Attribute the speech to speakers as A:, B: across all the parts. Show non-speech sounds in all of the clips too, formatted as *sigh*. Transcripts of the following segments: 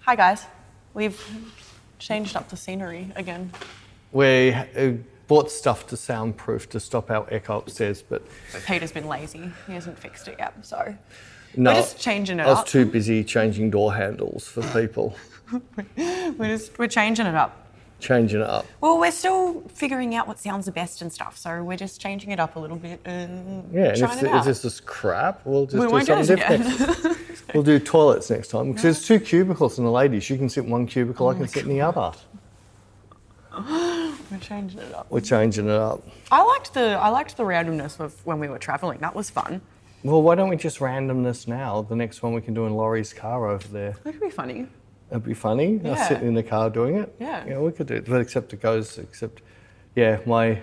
A: Hi, guys. We've changed up the scenery again.
B: We uh, bought stuff to soundproof to stop our echo upstairs, but
A: Peter's been lazy. He hasn't fixed it yet, so *laughs*
B: no.
A: just changing it
B: I was
A: up.
B: too busy changing door handles for people,
A: we're just we're changing it up.
B: changing it up.
A: Well, we're still figuring out what sounds the best and stuff, so we're just changing it up a little bit and
B: Yeah, and
A: trying
B: if
A: it
B: th-
A: out.
B: if this is crap, we'll just
A: we
B: do
A: won't do
B: something
A: it
B: different. *laughs*
A: again.
B: We'll do toilets next time because there's two cubicles in the ladies. You can sit in one cubicle,
A: Oh
B: I can sit in the other.
A: *laughs* we're changing it up.
B: We're changing it up.
A: I liked the I liked the randomness of when we were traveling. That was fun.
B: Well, why don't we just random this now? The next one we can do in Laurie's car over there.
A: That could be funny.
B: That'd be funny.
A: Yeah.
B: Us sitting in the car doing it.
A: Yeah.
B: Yeah, we could do it. But except it goes, except, yeah, my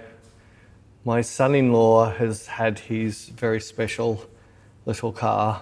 B: my son-in-law has had his very special little car.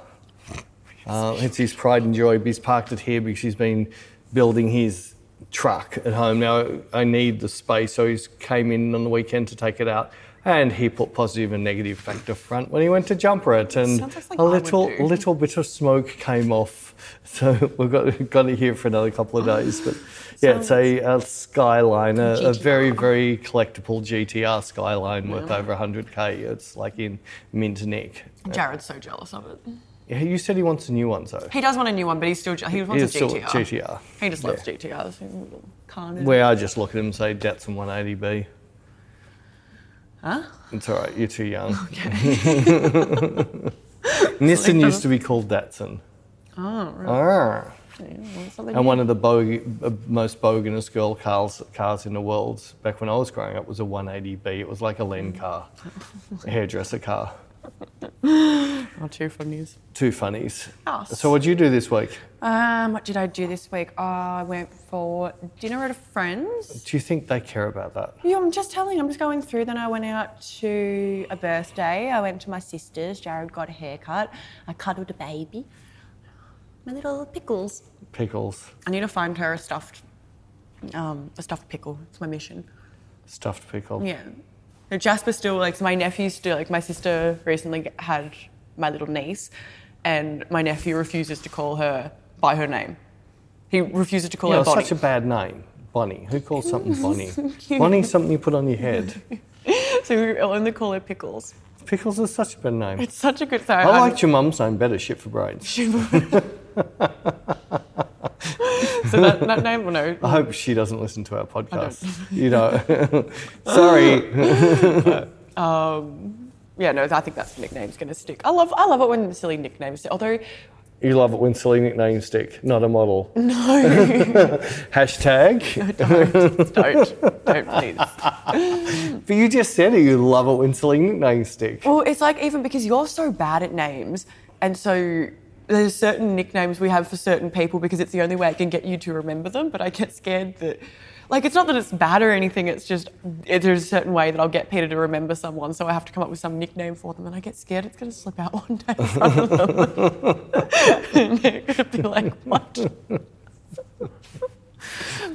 B: Uh, it's his pride and joy. But he's parked it here because he's been building his truck at home. Now I need the space, so he's came in on the weekend to take it out. And he put positive and negative factor front when he went to jumper it, and
A: Sounds like something
B: a
A: I would
B: little
A: do.
B: little bit of smoke came off, *laughs* so we've got got it here for another couple
A: Oh.
B: of days. But yeah, it's a, a Skyline, a, a very very collectible GTR Skyline worth over 100k. It's like in mint nick.
A: Jared's so jealous of it.
B: Yeah, You said he wants a new one, so
A: He does want a new one, but he's still je- he wants
B: he's
A: a
B: still
A: GTR.
B: GTR.
A: He just loves
B: Yeah.
A: GTRs. He's a little carnage.
B: We I just look at him and say Datsun 180B.
A: Huh?
B: It's all right. You're too young. *laughs*
A: *laughs*
B: Nissan used to be called Datsun.
A: Oh, right.
B: Ah.
A: Well, something-
B: And one of the bog- uh, most boganest girl cars, cars in the world back when I was growing up was a 180B. It was like a Len car, a hairdresser car.
A: Oh, two from news.
B: Two funnies.
A: Nice.
B: So, what'd you do this week?
A: Um, what did I do this week? Oh, I went for dinner at a friend's.
B: Do you think they care about that?
A: Yeah, I'm just telling. I'm just going through. Then I went out to a birthday. I went to my sister's. Jared got a haircut. I cuddled a baby. My little pickles.
B: Pickles,
A: I need to find her a stuffed, um, a stuffed pickle. It's my mission.
B: stuffed pickle.
A: Yeah. And Jasper still like my nephew's still like my sister recently had my little niece, and my nephew refuses to call her by her name. He refuses to call
B: Yeah,
A: her
B: it's
A: Bonnie.
B: such a bad name. Bonnie. Who calls something Bonnie? Bonnie's something you put on your head.
A: *laughs* so we only call her Pickles.
B: Pickles is such a bad name.
A: It's such a good um, sign.
B: I liked your mum's name better, shit for brains.
A: so that,
B: *laughs*
A: that name. Well, no,
B: I hope she doesn't listen to our podcast. You know, *laughs* sorry.
A: um, yeah, no. I think that's the nickname's going to stick. I love, I love it when silly nicknames. stick. Although *laughs*
B: You love it when silly nicknames stick, not a model. No. Hashtag.
A: *laughs* don't, don't please.
B: But you just said it, you love it when silly nicknames stick.
A: Well, it's like even because you're so bad at names, and so there's certain nicknames we have for certain people because it's the only way I can get you to remember them. But I get scared that, like, it's not that it's bad or anything. It's just it, there's a certain way that I'll get Peter to remember someone, so I have to come up with some nickname for them, and I get scared it's going to slip out *laughs* one day in front of them. *laughs* and they're going to be like, what? *laughs*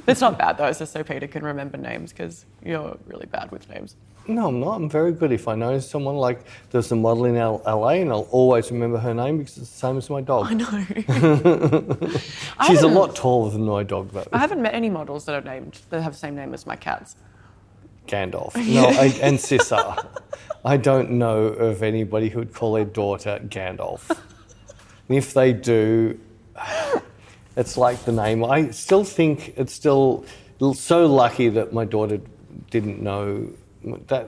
A: it's not bad though. It's just so Peter can remember names because you're really bad with names.
B: No, I'm not. I'm very good. If I know someone, like there's a model in L- LA, and I'll always remember her name because it's the same as my
A: I *laughs*
B: dog.
A: know.
B: She's a
A: haven't-
B: lot taller than my dog, though.
A: I haven't met any models that are named that have the same name as my cats.
B: Gandalf. *laughs* No, I, and Sissa. I don't know of anybody who would call their daughter Gandalf. And if they do, it's like the name. I still think it's still so lucky that my daughter didn't know. That,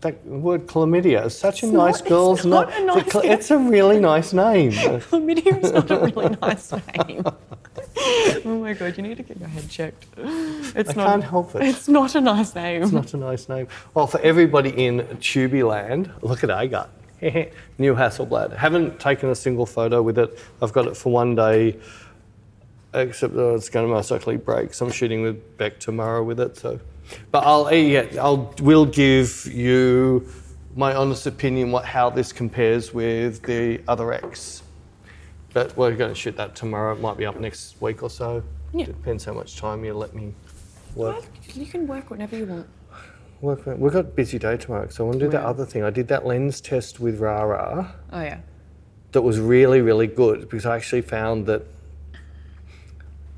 B: that word chlamydia is such a
A: not-
B: nice
A: it's
B: girl's
A: not
B: na-
A: a nice
B: it's a- It's a really
A: *laughs*
B: nice name.
A: *laughs* Chlamydia is not a *laughs* really nice name. oh my god, you need to get your head checked. It's
B: I
A: not.
B: can't help it.
A: It's not a nice name. *laughs*
B: Not a nice name. Well, for everybody in Tubi Land, look at I got *laughs* new Hasselblad. Haven't taken a single photo with it. I've got it for one day, except that it's going to most likely break. So I'm shooting with Beck tomorrow with it. So, but I'll eh, yeah, I'll will give you my honest opinion what how this compares with the other X. But we're going to shoot that tomorrow. It might be up next week or so.
A: Yeah.
B: Depends how much time you let me work.
A: Well, You can work whenever you want.
B: Work, we've got a busy day tomorrow, so I want to do that
A: Wow.
B: other thing. I did that lens test with Rara
A: Oh yeah.
B: that was really, really good because I actually found that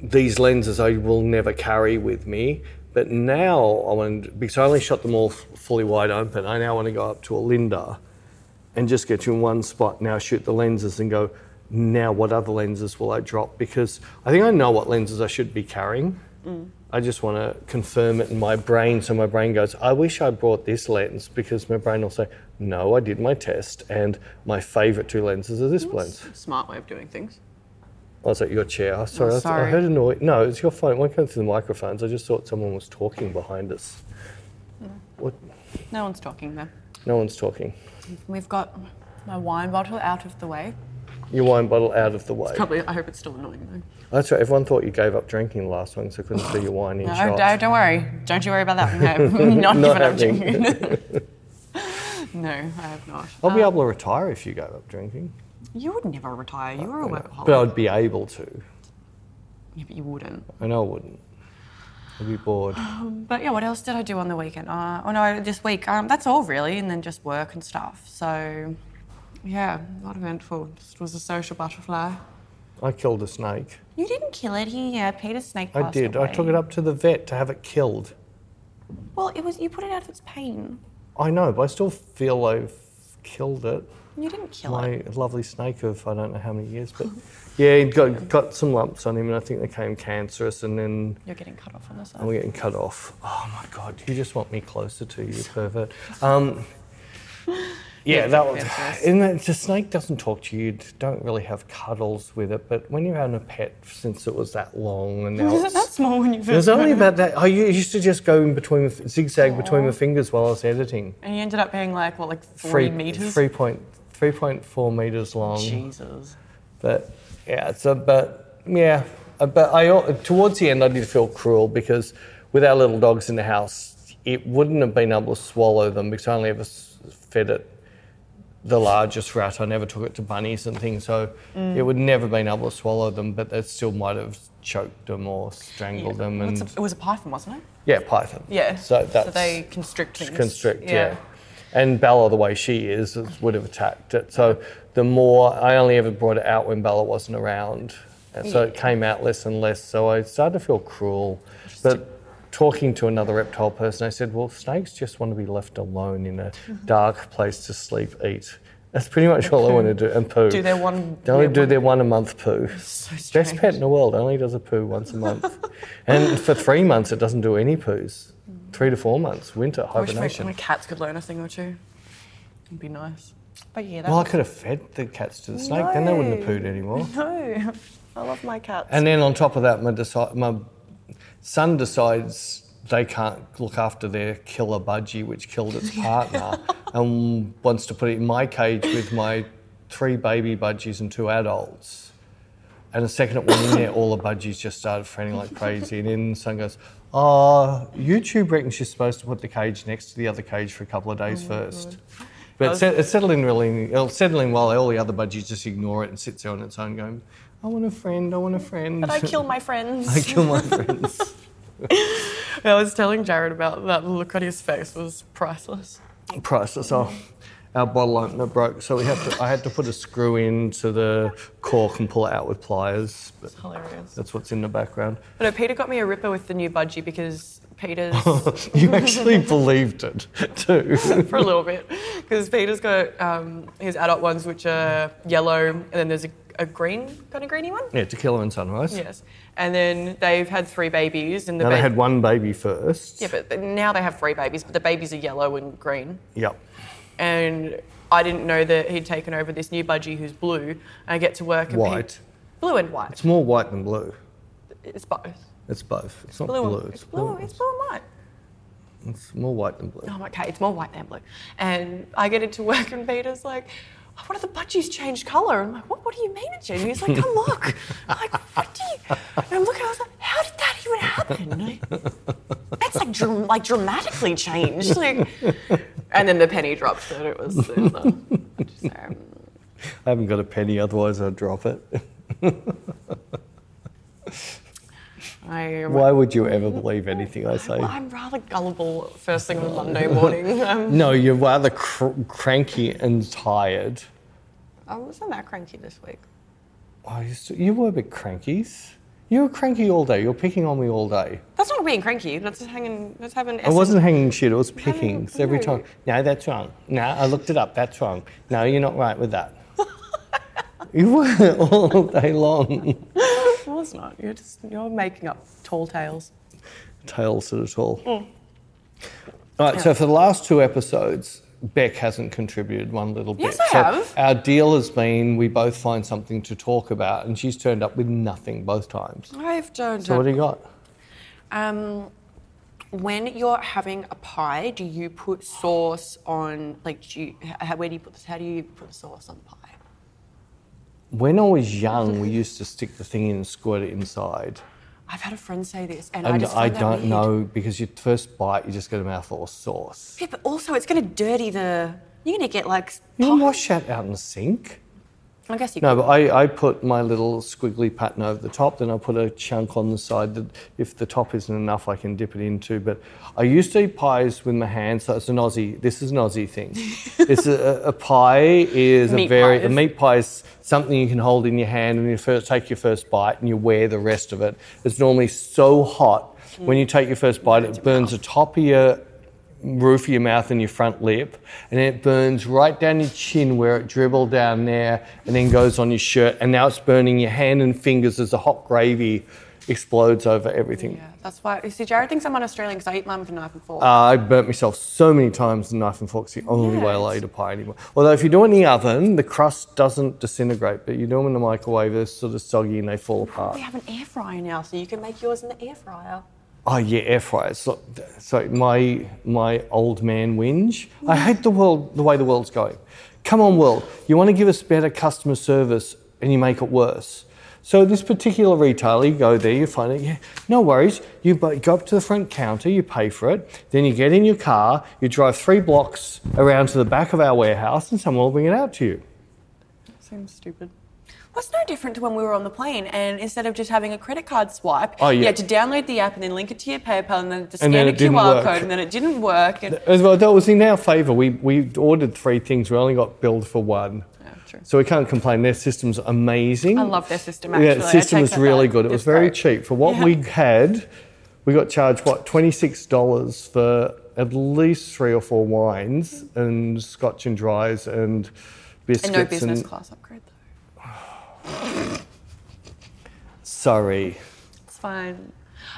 B: these lenses I will never carry with me. But now I want because I only shot them all f- fully wide open. I now want to go up to a Linda and just get you in one spot. Now shoot the lenses and go. Now what other lenses will I drop? Because I think I know what lenses I should be carrying. I just want to confirm it in my brain, so my brain goes, "I wish I brought this lens," because my brain will say, "No, I did my test, and my favourite two lenses are this lens."
A: Smart way of doing things.
B: I was at your chair. Sorry, I,
A: Oh, sorry.
B: I heard a noise. No, it's your phone. It won't go through the microphones. I just thought someone was talking behind us. What?
A: No one's talking there.
B: No one's talking.
A: We've got my wine bottle out of the way.
B: Your wine bottle out of the way.
A: Probably, I hope it's still annoying though.
B: That's right. Everyone thought you gave up drinking the last one, so I couldn't see your wine in
A: No,
B: shots.
A: don't, don't worry. Don't you worry about that.
B: *laughs*
A: No, *laughs* not,
B: Not
A: even up to
B: happening. *laughs* Oh.
A: you. no, I have not.
B: I'll be able to retire if you gave up drinking.
A: You would never retire. You are a workaholic.
B: But I'd be able to.
A: Yeah, but you wouldn't.
B: I know I wouldn't. I'd be bored.
A: But yeah, what else did I do on the weekend? Uh, oh no, this week. Um, that's all really, and then just work and stuff. So, yeah, not eventful. Just was a social butterfly.
B: I killed a snake.
A: You didn't kill it. He, yeah, Peter Snake.
B: I
A: passed
B: did. I took
A: away.
B: it up to the vet to have it killed.
A: Well, it was you put it out of its pain.
B: I know, but I still feel I've killed it.
A: You didn't kill it.
B: my lovely snake of I don't know how many years, but *laughs* yeah, he got got some lumps on him, and I think they came cancerous, and then
A: You're getting cut off on this.
B: we're getting cut off. Oh my god, you just want me closer to you, pervert.
A: *laughs*
B: Um, yeah, that was.
A: cancerous.
B: And that, the snake doesn't talk to you. You don't really have cuddles with it, but when you're on a pet since it was that
A: *laughs*
B: long, and now
A: Is it that
B: it's-
A: small when you
B: it was
A: first?
B: only about that. I u- used to just go in between, the f- zigzag between the fingers while I was editing.
A: And you ended up being like what, like three
B: Three
A: meters?
B: three point three point four meters long.
A: Jesus.
B: But yeah, so but yeah, uh, but I al- towards the end I did feel cruel because with our little dogs in the house, it wouldn't have been able to swallow them because I only ever s- fed it the largest rat. I never took it to bunnies and things, so it would never have been able to swallow them. But that still might have choked them or strangled them,
A: What's
B: and
A: a- it was a python, wasn't it?
B: yeah, python.
A: Yeah.
B: So that's
A: they constrict things.
B: constrict, yeah. And Bella, the way she is, is- would have attacked it. So the more I only ever brought it out when Bella wasn't around, and so it came out less and less. So I started to feel cruel. But talking to another reptile person, I said, "Well, snakes just want to be left alone in a
A: Mm-hmm.
B: dark place to sleep, eat." That's pretty much all I want to do, and poo.
A: Do their one-
B: They only
A: yeah,
B: do
A: one-
B: their one a month poo.
A: So strange.
B: Best pet in the world only does a poo once a month, and for three months it doesn't do any poos. Three to four months, winter
A: I wish my,
B: hibernation.
A: my cats could learn a thing or two. It'd be nice. But yeah, that
B: Well, I could have fed the cats to the snake, then they wouldn't have pooed anymore.
A: *laughs* no. I love my cats.
B: And then on top of that, my, deci- my son decides they can't look after their killer budgie, which
A: *laughs*
B: killed its partner, and wants to put it in my cage with my three baby budgies and two adults. And the second it went in there, all the budgies just started fretting like crazy. And then the son goes, Oh, YouTube reckons she's supposed to put the cage next to the other cage for a couple of days first. But it's set- it's settling really, it'll settle in while all the other budgies just ignore it and sits there on its own going, I want a friend, I want a friend.
A: but *laughs* I
B: *laughs*
A: kill my friends.
B: I kill my friends.
A: *laughs* I was telling Jared about that. The look on his face was priceless.
B: Priceless. Oh, our bottle opener broke, so we had to. I had to put a screw into the cork and pull it out with pliers. But
A: It's hilarious.
B: that's what's in the background. *laughs*
A: But no, Peter got me a ripper with the new budgie because Peter's
B: You actually believed it too.
A: for a little bit because Peter's got um, his adult ones which are yellow and then there's a, a green kind of greeny one.
B: Yeah, tequila and sunrise.
A: Yes, and then they've had three babies and the
B: Now
A: ba-
B: they had one baby first.
A: yeah, but but now they have three babies, but the babies are yellow and green.
B: Yep.
A: and I didn't know that he'd taken over this new budgie who's blue. And I get to work and
B: White.
A: pe- blue and white.
B: It's more white than blue.
A: It's both.
B: It's both. It's not
A: Blue,
B: blue.
A: and, it's blue. It's blue and white.
B: It's more white than blue.
A: I'm like, okay, it's more white than blue. And I get into work and Peter's like, one of the budgies changed colour. I'm like, what, what do you mean it changed? He's like, come look. I'm like, what do you? And I'm looking, I was like, how did that even happen? Like, That's like, dram- like dramatically changed. Like, and then the penny dropped that it was. It was uh, just, um,
B: I haven't got a penny, otherwise I'd drop it. *laughs*
A: I
B: Why would you ever believe anything I say?
A: Well, I'm rather gullible first thing on Monday *laughs* morning. Um,
B: No, you're rather cr- cranky and tired.
A: I wasn't that cranky this week.
B: Oh, you, st- you were a bit crankies. You were cranky all day. You're picking on me all day.
A: That's not being cranky. That's just hanging. That's having.
B: I wasn't hanging shit. It was picking.
A: don't
B: So every
A: know.
B: time. No, that's wrong. No, I looked it up. That's wrong. No, you're not right
A: *laughs*
B: with that. you were *laughs* all day long.
A: It was not. You're just. You're making up tall tales.
B: Tails at it all.
A: Mm.
B: All right. So for the last two episodes, Beck hasn't contributed one little bit.
A: Yes, I
B: So
A: have.
B: Our deal has been we both find something to talk about, and she's turned up with nothing both times.
A: I've done.
B: So what do you got?
A: Um, when you're having a pie, do you put sauce on? Like, do you, how, where do you put this? How do you put the sauce on the pie?
B: When I was young, we used to stick the thing in and squirt it inside.
A: I've had a friend say this, and, I
B: And
A: just
B: I,
A: find that
B: don't
A: weird.
B: know because your first bite, you just get a mouthful of sauce.
A: Yeah, but also it's going to dirty the. You're going to get like.
B: You can
A: pie-
B: wash that out in the sink.
A: I guess you.
B: No, but I, I put my little squiggly pattern over the top, then I put a chunk on the side that if the top isn't enough, I can dip it into. But I used to eat pies with my hands, so it's an Aussie. This is an
A: *laughs*
B: Aussie thing. it's a, a pie is a
A: Meat
B: very a
A: pies.
B: meat pie is something you can hold in your hand and you first take your first bite and you wear the rest of it. It's normally so hot
A: Mm.
B: when you take your first bite, it burns the top of your roof of your mouth and your front lip, and then it burns right down your chin where it dribbled down there and then goes on your shirt. And now it's burning your hand and fingers as the hot gravy explodes over everything.
A: Yeah, that's why. You see, Jared thinks I'm an Australian because I eat mine with a knife and fork.
B: I Uh, burnt myself so many times with a knife and fork's the only way I'll
A: Yes.
B: eat a pie anymore. Although if you do it in the oven, the crust doesn't disintegrate, but you do them in the microwave, they're sort of soggy and they fall apart.
A: we have an air fryer now, so you can make yours in the air fryer.
B: Oh yeah, air fryers. So, so my my old man whinge. I hate the world the way the world's going. Come on, world. You want to give us better customer service and you make it worse. So this particular retailer, you go there, you find it. Yeah, no worries. You bu- go up to the front counter, you pay for it. Then you get in your car, you drive three blocks around to the back of our warehouse, and someone will bring it out to you.
A: Seems stupid. What's no different to when we were on the plane and instead of just having a credit card swipe,
B: Oh, yeah.
A: you had to download the app and then link it to your PayPal and then just
B: And then
A: scan
B: it
A: a
B: didn't
A: QR
B: work.
A: code and then it didn't work. And,
B: As well, that was in our favour. We we ordered three things. We only got billed for one.
A: Yeah, true.
B: So we can't complain. Their system's amazing.
A: I love their system, actually.
B: the
A: I
B: system
A: take
B: was
A: that
B: really
A: back.
B: good. It was
A: It's
B: very
A: great.
B: cheap. For what
A: Yeah.
B: we had, we got charged, what, $26 for at least three or four wines and scotch and dries and
A: and
B: biscuits.
A: no business class upgrade though.
B: Sorry.
A: It's fine.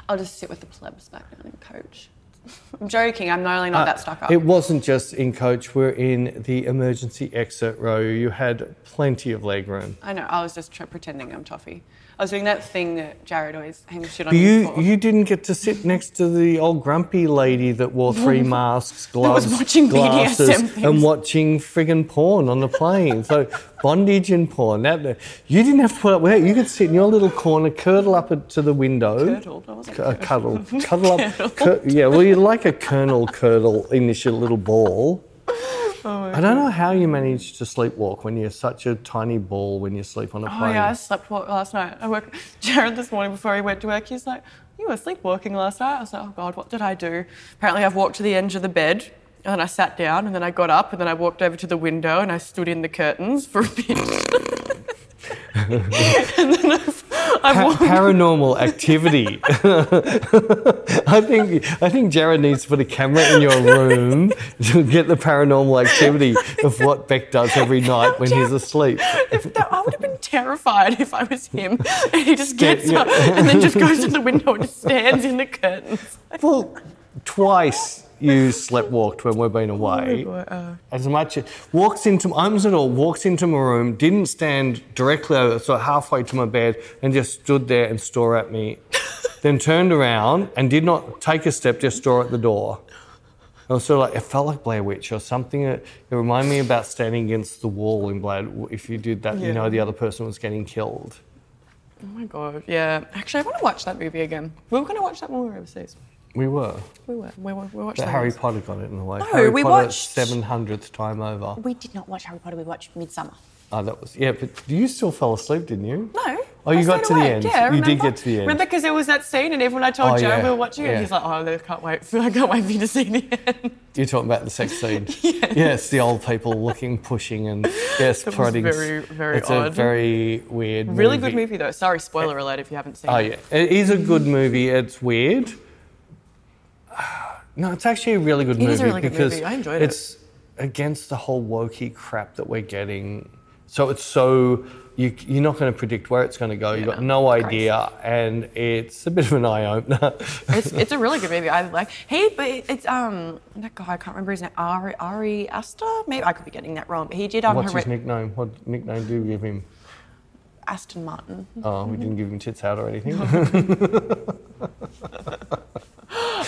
A: I'll just sit with the plebs back down and coach. *laughs* I'm joking. I'm not only not that stuck up.
B: Uh, It wasn't just in coach, we're in the emergency exit row. You had plenty of leg room.
A: I know. I was just tr- pretending I'm toffee. I was doing that thing that Jared always hangs shit on
B: But
A: me
B: you,
A: for.
B: you didn't get to sit next to the old grumpy lady that wore
A: *laughs*
B: three masks, gloves,
A: was watching
B: glasses,
A: BDSM things.
B: and watching friggin' porn on the plane. so bondage and porn. That, you didn't have to put up with it. You could sit in your little corner, curdle up at- to the window.
A: Curdled? I wasn't
B: C- uh, cuddle.
A: *laughs*
B: Cuddle up. Cur- yeah, well, you're like a kernel curdle in this your little ball.
A: Oh
B: I don't know how you manage to sleepwalk when you're such a tiny ball when you sleep on a
A: Oh
B: plane.
A: yeah, I slept wa- last night. I woke *laughs* Jared this morning before he went to work. He's like, "You were sleepwalking last night." I was like, "Oh God, what did I do?" Apparently, I've walked to the edge of the bed and I sat down, and then I got up, and then I walked over to the window and I stood in the curtains for a bit. *laughs* and then I've, I've
B: Pa-
A: walked.
B: paranormal activity. *laughs* I think I think Jared needs to put a camera in your room to get the paranormal activity of what Beck does every night when he's asleep.
A: If that, I would have been terrified if I was him. And he just
B: Get-
A: gets
B: yeah.
A: up and then just goes to the window and just stands in the curtains.
B: Well, twice you sleptwalked when we've been away.
A: uh,
B: As much as walks into I was at all walks into my room, didn't stand directly over, so halfway to my bed, and just stood there and stare at me.
A: *laughs*
B: then turned around and did not take a step, just stare at the door. I was sort of like, it felt like Blair Witch or something. It, it reminded me about standing against the wall in Blair. If you did that, you
A: Yeah.
B: know the other person was getting killed.
A: Oh my god, yeah. Actually, I want to watch that movie again. We were going to watch that when we were overseas.
B: We were.
A: We were. We, were, we watched
B: But
A: that
B: Harry
A: once.
B: Potter got it in a way. No,
A: we
B: Potter
A: watched-
B: 700th time over. Ah,
A: We did not watch Harry Potter. We watched Midsummer.
B: Oh, that was yeah. But you still fell asleep, didn't you?
A: No.
B: Oh, you
A: I
B: got
A: stayed
B: to the
A: awake.
B: end.
A: Yeah, I
B: you did
A: remember.
B: get to the end.
A: Remember, because there was that scene, and everyone I told
B: Oh,
A: Joe
B: yeah.
A: we were watching it,
B: Yeah.
A: and he's like, "Oh, I can't wait! I can't wait for *laughs* you to see the end."
B: You're talking about the sex
A: *laughs*
B: scene. yeah. it's the old people looking, pushing, and yes,
A: was
B: prodding.
A: very, very
B: It's a
A: odd.
B: very weird.
A: Really good movie though. Sorry, spoiler alert if you haven't seen
B: Oh
A: it.
B: yeah, it is a good movie. It's weird. *sighs* No, it's actually a really good
A: It
B: movie
A: is a really good
B: because
A: movie. I enjoyed it.
B: it's against the whole wokey crap that we're getting. So it's so you you're not going to predict where it's going to go. You've got
A: no,
B: no
A: it's crazy.
B: idea, and it's a bit of an eye opener.
A: It's, it's a really good movie. I like. He, but it's um that guy. I can't remember his name. Ari Ari Aster. Maybe I could be getting that wrong. But he did um
B: What's his
A: Hered-
B: nickname? What nickname do you give him?
A: Aston Martin.
B: Oh, we didn't give him tits out or anything.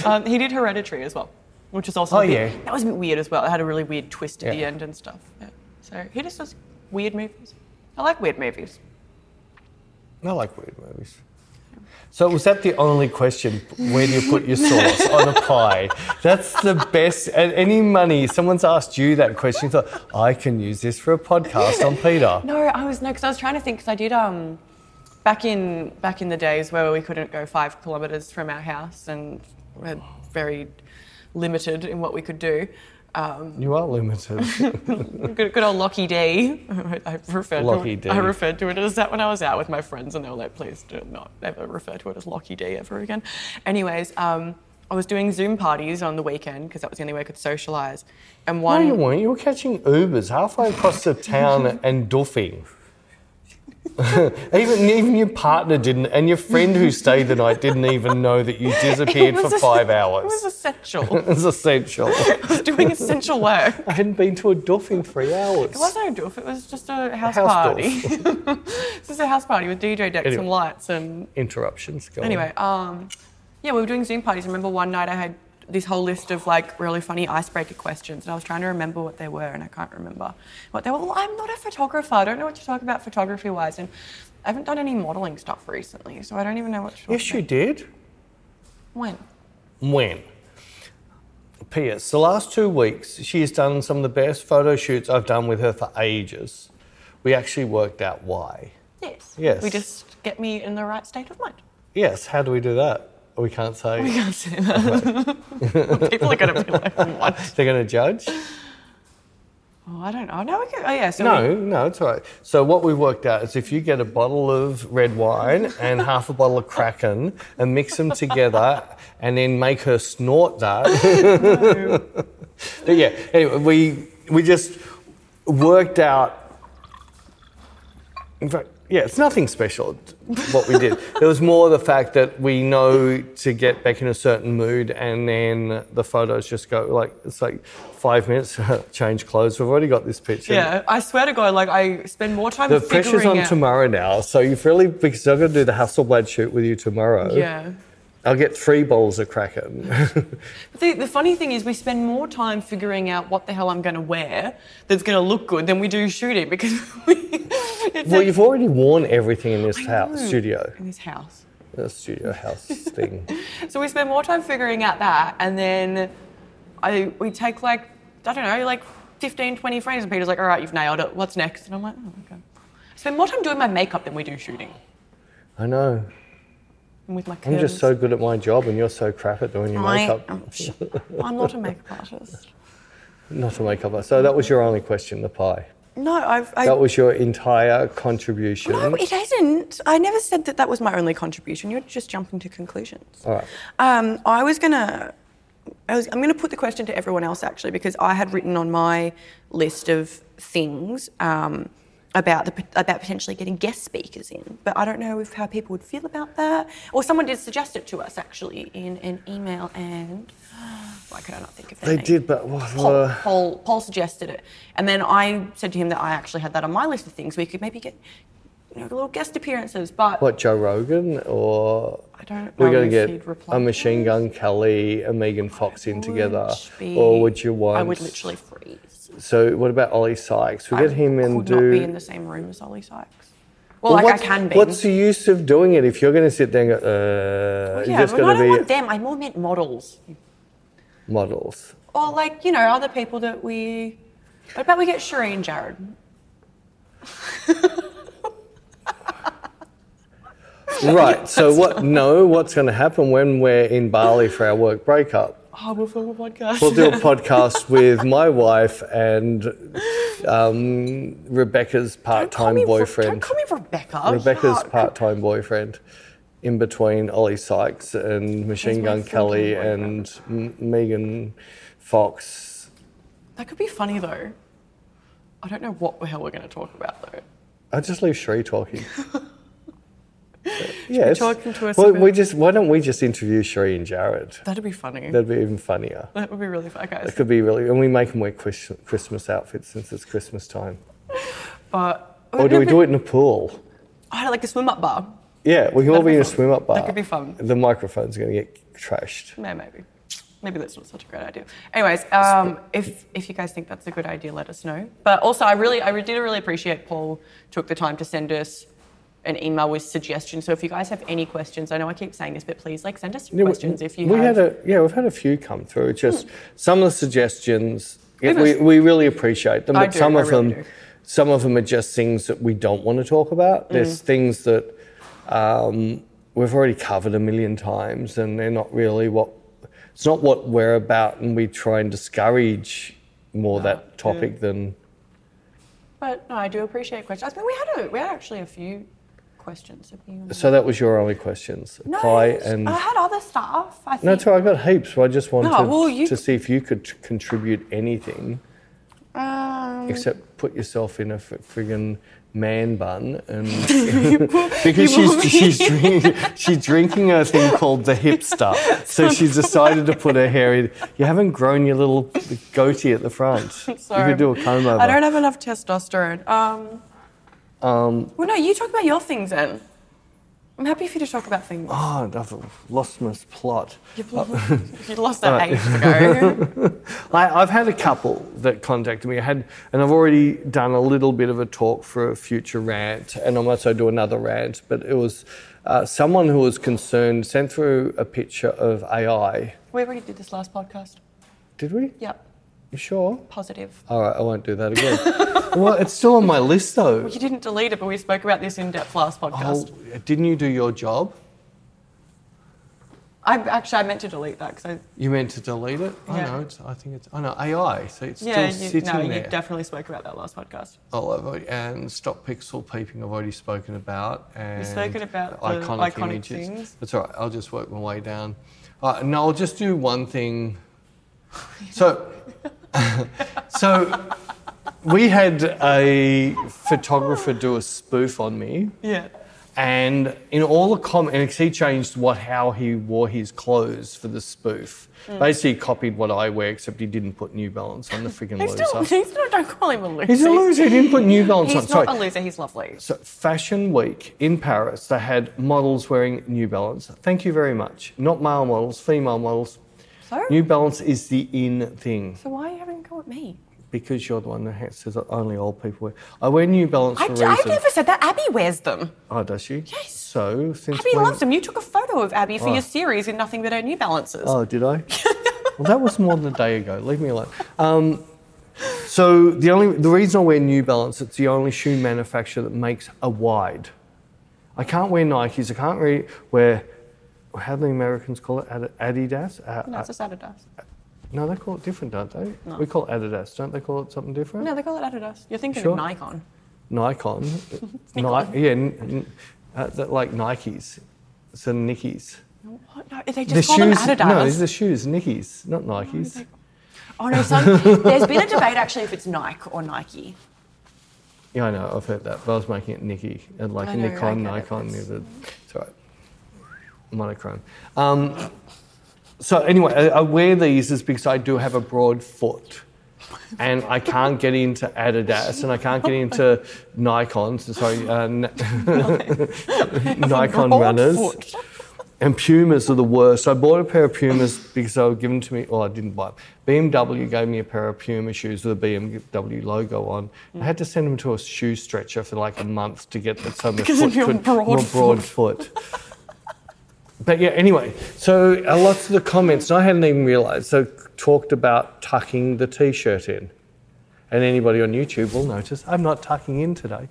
A: Um, he did Hereditary as well, which is also a
B: Oh,
A: bit-
B: yeah.
A: that was a bit weird as well. It had a really weird twist at the
B: Yeah.
A: end and stuff. Yeah. So he just does weird movies. I like weird movies.
B: I like weird movies. So was that the only question? Where do you put your sauce on a pie? That's the best. At any money, someone's asked you that question. You thought I can use this for a podcast on Peter.
A: No, I was no, because I was trying to think. Because I did um, back in back in the days where we couldn't go five kilometres from our house and we're very limited in what we could do. Um,
B: You are limited.
A: good, good old Lockie D. *laughs* I referred
B: Lockie
A: to
B: D.
A: it, I referred to it as that when I was out with my friends, and they were like, "Please do not ever refer to it as Lockie D ever again." Anyways, um, I was doing Zoom parties on the weekend because that was the only way I could socialise, and
B: no,
A: one.
B: you weren't. You were catching Ubers halfway across the town and doofing. *laughs* even even your partner didn't, and your friend who stayed the night didn't even know that you
A: *laughs*
B: disappeared
A: It
B: for
A: was es-
B: five
A: *laughs* It
B: hours.
A: was essential. *laughs*
B: It's essential.
A: I was doing
B: *laughs*
A: essential work.
B: I hadn't been to a doof in three hours.
A: It wasn't a doof, it was just a house,
B: House
A: party. *laughs* It's just a house party with DJ decks
B: Anyway.
A: and lights and
B: Interruptions. Go on.
A: anyway, um, yeah, we were doing Zoom parties. I remember one night I had this whole list of like really funny icebreaker questions, and I was trying to remember what they were, and I can't remember what they were. Well, I'm not a photographer. I don't know what to talk about photography wise, and I haven't done any modeling stuff recently, so I don't even know what to talk
B: Yes, you
A: about.
B: did.
A: When?
B: When? P.S. The last two weeks, she has done some of the best photo shoots I've done with her for ages. We actually worked out why.
A: Yes.
B: Yes.
A: We just get me in the right state of mind. *laughs*
B: Yes, how do we do that? We can't say.
A: I can't say that. *laughs* People are going to be like, what?
B: They're going to judge?
A: Oh, I don't know. No, we could, oh, yeah. So we-
B: No, no, it's all right. So, what we worked out is if you get a bottle of red wine and half a bottle of Kraken and mix them together and then make her snort that, *laughs* But yeah, anyway, we we just worked out. In fact, yeah, it's nothing special what we did. it was more the fact that we know to get back in a certain mood, and then the photos just go like it's like five minutes *laughs* change clothes. We've already got this picture.
A: Yeah, I swear to God, like I spend more time
B: The
A: figuring
B: pressure's on
A: out.
B: tomorrow now, so you've really because I'm going to do the Hasselblad shoot with you tomorrow.
A: Yeah.
B: I'll get three bowls
A: *laughs*
B: of Kraken.
A: But the, the funny thing is, we spend more time figuring out what the hell I'm going to wear that's going to look good than we do shooting because *laughs* we, it's
B: well,
A: like-
B: you've already worn everything in this
A: I
B: house
A: know.
B: studio,
A: *laughs* in this house.
B: the studio house thing.
A: So we spend more time figuring out that, and then I we take like I don't know, like 15, 20 frames, and Peter's like, "All right, you've nailed it. What's next?" And I'm like, "Oh, okay." I spend more time doing my makeup than we do shooting.
B: I know.
A: And with my
B: I'm
A: curls.
B: just so good at my job, and you're so crap at doing your
A: I,
B: makeup.
A: I'm, I'm not a makeup artist.
B: Not a makeup. artist. So that was your only question, the pie.
A: No, I've. I,
B: That was your entire contribution.
A: No, it isn't. I never said that that was my only contribution. You're just jumping to conclusions.
B: All right.
A: Um, I was gonna. I was, I'm going to put the question to everyone else actually because I had written on my list of things um, about the, about potentially getting guest speakers in, but I don't know if how people would feel about that. Or someone did suggest it to us actually in an email, and *gasps* why could I not think of that?
B: They did, but well,
A: Paul,
B: uh,
A: Paul, Paul suggested it, and then I said to him that I actually had that on my list of things we could maybe get, you know, little guest appearances. But
B: what Joe Rogan or
A: I don't
B: we're
A: know
B: going
A: if
B: to
A: he'd
B: get
A: reply
B: a
A: to
B: Machine Gun Kelly and Megan Fox in
A: would
B: together,
A: be-
B: or would you want?
A: I would literally freeze.
B: So what about Ollie Sykes? We
A: I
B: get him and
A: could
B: do.
A: not be in the same room as Ollie Sykes. Well, like
B: what's,
A: I can be.
B: What's the use of doing it if you're going to sit there and go? Uh,
A: yeah,
B: you're just
A: but I
B: going
A: don't
B: to
A: want
B: be
A: them. I more meant models, *laughs*
B: models.
A: or like you know other people that we. What about we get Sheree and Jared?
B: Right. So what? No. What's going to happen when we're in Bali for our work breakup?
A: Oh, we'll film a podcast.
B: We'll do
A: *laughs*
B: a podcast with my wife and um, Rebecca's
A: Call
B: part-time
A: me Re- Don't
B: boyfriend.
A: call me Rebecca.
B: Rebecca's
A: Yuck.
B: part-time boyfriend. In between Ollie Sykes and Machine
A: my
B: Gun
A: full-time
B: Kelly
A: boyfriend.
B: and M- Megan Fox.
A: That could be funny though. I don't know what the hell we're going to talk about though.
B: I just leave Shree
A: *laughs*
B: talking. yeah,
A: talking to us
B: Well,
A: about-
B: we just why don't we just interview Shree and Jared?
A: That'd be funny.
B: That'd be even funnier.
A: that would be really fun, guys.
B: It could be really, and we make them wear Chris- Christmas outfits since it's Christmas time.
A: But
B: Or Oh, do we do it in a pool?
A: I don't like a swim up bar.
B: Yeah, we can all
A: That'd
B: be
A: be
B: in a
A: fun.
B: swim up bar.
A: That could be fun.
B: The microphone's going to get trashed.
A: No, maybe. Maybe that's not such a great idea. Anyways, um, if if you guys think that's a good idea, let us know. But also, I really, I did really appreciate Paul took the time to send us an email with suggestions. So if you guys have any questions, I know I keep saying this, but please like send us some
B: Yeah, we-
A: questions if you
B: we
A: have. Hmm.
B: had a yeah, we've had a few come through. It's Just some of the suggestions yeah,
A: Even
B: we,
A: s-
B: we really appreciate them,
A: I
B: but
A: do,
B: some
A: I
B: of
A: really
B: them
A: do.
B: some of them are just things that we don't want to talk about.
A: Hmm.
B: There's things that um, we've already covered a million times, and they're not really what it's not what we're about, and we try and discourage more
A: Hmm.
B: that topic than
A: but no, I do appreciate questions. I think we had a, we had actually a few questions. If you want to-
B: so. That was your only questions,
A: no,
B: Kai and.
A: I had other stuff. I think.
B: No, it's all right, I got heaps, so I just wanted
A: No, well, you-
B: to see if you could t- contribute anything.
A: Um,
B: except put yourself in a f- friggin' man bun and *laughs*
A: *laughs*
B: because
A: you will
B: she's she's drinking she's drinking a thing called the hipster, so she's decided to put her hair in. You haven't grown your little goatee at the front.
A: sorry.
B: You could do a comb over.
A: I don't have enough testosterone. Um,
B: Um,
A: well, no, you talk about your things then. I'm happy for you to talk about things.
B: oh, I've lost my plot.
A: You've
B: *laughs*
A: you lost that age ago.
B: I, I've had a couple that contacted me. I had, and I've already done a little bit of a talk for a future rant, and I might also do another rant. But it was uh, someone who was concerned sent through a picture of AI.
A: we already did this last podcast.
B: Did we?
A: Yep,
B: You sure?
A: positive.
B: All right, I won't do
A: *laughs*
B: that again. well, it's still on my list though.
A: You didn't delete it, but we spoke about this in depth last
B: Oh,
A: podcast.
B: didn't you do your job?
A: I actually I meant to delete that because I
B: You meant to delete it? I
A: Yeah.
B: know. It's, I think it's. I know AI. So it's
A: yeah
B: still
A: you,
B: sitting
A: no
B: there.
A: you definitely spoke about that last podcast.
B: Oh, I've already- and stop pixel peeping. I've already spoken about and
A: spoken about the iconic things.
B: That's all right. I'll just work my way down. Uh, no, I'll just do one
A: *laughs*
B: thing. So, *laughs* so we had a photographer do a spoof on me,
A: Yeah.
B: and in all the comments, he changed what how he wore his clothes for the spoof.
A: Mm.
B: Basically, he copied what I wear, except he didn't put New
A: *laughs*
B: Balance on the freaking
A: He's
B: loser.
A: still, he's still, don't call him a loser.
B: He's a loser. He didn't put New Balance
A: He's
B: on.
A: not
B: Sorry.
A: a loser. He's lovely.
B: So, Fashion Week in Paris, they had models wearing New Balance. Thank you very much. Not male models, female models.
A: So,
B: New Balance is the in thing
A: so why are you having a go at me?
B: because you're the one that has- says that only old people wear. I wear New Balance
A: I,
B: for
A: d- I
B: reasons.
A: never said that. Abby wears them.
B: Oh, does she?
A: Yes.
B: So since
A: Abby
B: when-
A: loves them. You took a photo of Abby for your series in Nothing But Her New Balances.
B: Oh, did
A: *laughs*
B: I? well, that was more than a day ago. Leave me alone. Um, so the only the reason I wear New Balance, it's the only shoe manufacturer that makes a wide. I can't wear Nikes. I can't re- wear. How do the Americans call it? Ad- Adidas? Uh,
A: no,
B: uh,
A: it's just Adidas.
B: no, they call it different, don't they? We call it Adidas, don't they? Call it something different?
A: No, they call it Adidas. You're thinking
B: Sure.
A: of Nikon. *laughs*
B: Nikon. Ni- yeah, n- n- uh, that- like Nikes. So Nikes.
A: What? No, they just call them Adidas.
B: No, it's the shoes. Nikes, not Nikes.
A: Oh no,
B: *laughs*
A: some, there's been a debate actually if it's Nike or Nike.
B: Yeah, I know. I've heard that, but I was making it Nikki and like
A: I
B: a
A: know, I
B: Nikon,
A: get it,
B: Nikon.
A: that's-
B: It, it's all right. Monochrome. Um, so anyway, I, I wear these is because I do have a broad foot, and I can't get into Adidas and I can't get
A: *laughs*
B: into Nikons. and Sorry, uh, N- Nikon
A: broad
B: runners.
A: foot.
B: And Pumas are the worst. I bought a pair of Pumas because they were given to me. Well, I didn't buy them. BMW gave me a pair of Puma shoes with a BMW logo on. I had to send them to a shoe stretcher for like a month to get that so my
A: Because
B: foot
A: of your
B: could,
A: broad
B: more broad foot. but yeah, anyway. So a lot of the comments, and I hadn't even realised. So talked about tucking
A: *laughs*
B: the t-shirt in, and anybody on YouTube will notice I'm not tucking in today.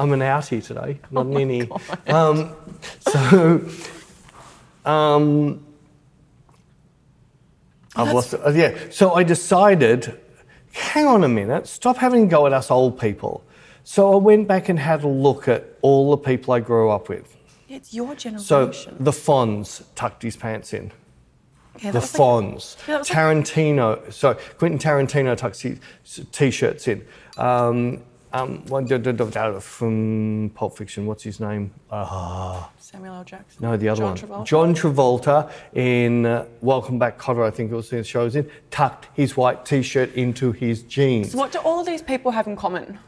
B: I'm an outie today, not
A: Oh
B: an innie. Um, so, um, I've lost it. Uh, Yeah. So I decided, hang on a minute, stop having a go at us old people. So I went back and had a look at all the people I grew up with.
A: It's your
B: So
A: generation.
B: the Fonz tucked his pants in.
A: Okay, that
B: The
A: was like-
B: Fonz.
A: Yeah, that was like-
B: Tarantino. Sorry, Quentin Tarantino tucks his s- t-shirts in. Um, um, one- duh, duh, duh, duh, from Pulp Fiction, what's his name? Ah,
A: Samuel L. Jackson.
B: no, the other
A: John
B: one.
A: Travolta.
B: John Travolta in uh, Welcome Back, Cotter, I think it was the show was in, tucked his white t-shirt into his jeans.
A: So what do all of these people have in common?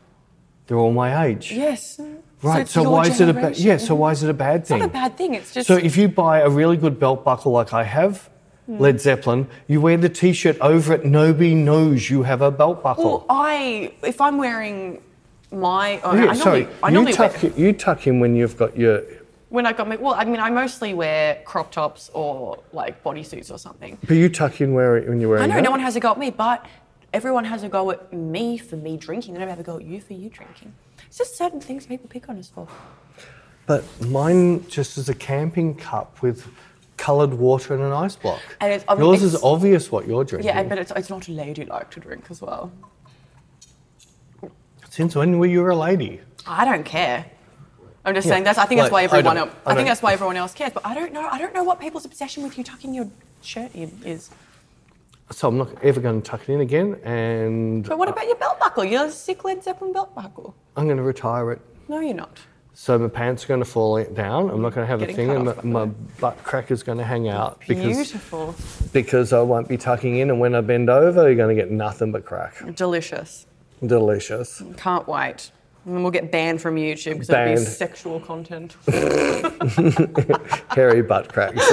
B: They're all my age.
A: Yes.
B: Right,
A: it's
B: so,
A: your
B: why is it a bad?
A: generation.
B: Yeah, so why is it a bad
A: It's
B: thing?
A: not a bad thing. Hmm. It's just
B: So if you buy a really good belt buckle like I have, Led Zeppelin, you wear the t-shirt over it, nobody knows you have a belt
A: well,
B: buckle.
A: I if I'm wearing my own,
B: Yeah,
A: I normally,
B: sorry,
A: I
B: you
A: normally wear,
B: tuck, you tuck in when you've got your,
A: when I got my well, I mean, I mostly wear crop tops or like bodysuits or something.
B: but you tuck in where when you're
A: I
B: wearing
A: know
B: that.
A: no one has a go at me, but everyone has a go at me for me drinking. They never have a go at you for you drinking. It's just certain things people pick on us for.
B: But mine just is a camping cup with coloured water and an ice block.
A: And it's obvi-
B: Yours is
A: it's-
B: obvious what you're drinking.
A: Yeah, and but it's, it's not ladylike to drink as well.
B: Since when were you a lady?
A: I don't care. I'm just
B: Yeah.
A: saying that's. I think that's why
B: Like, I
A: everyone.
B: don't-
A: else,
B: I
A: I think
B: don't-
A: that's why everyone else cares. But I don't know. I don't know what people's obsession with you tucking your shirt in is.
B: So I'm not ever going to tuck it in again, and
A: But what about your belt buckle? You're a sick Led Zeppelin belt buckle.
B: I'm going to retire it.
A: No, you're not.
B: So my pants are going to fall i- down. I'm not going to have a
A: Getting
B: thing,
A: cut
B: and my,
A: off by the
B: my butt crack is going to hang out because
A: Beautiful,
B: because I won't be tucking in. And when I bend over, you're going to get nothing but crack.
A: delicious.
B: Delicious.
A: Can't wait. And then we'll get banned from YouTube because it'll be
B: Banned.
A: sexual content. *laughs*
B: Hairy butt cracks. *laughs*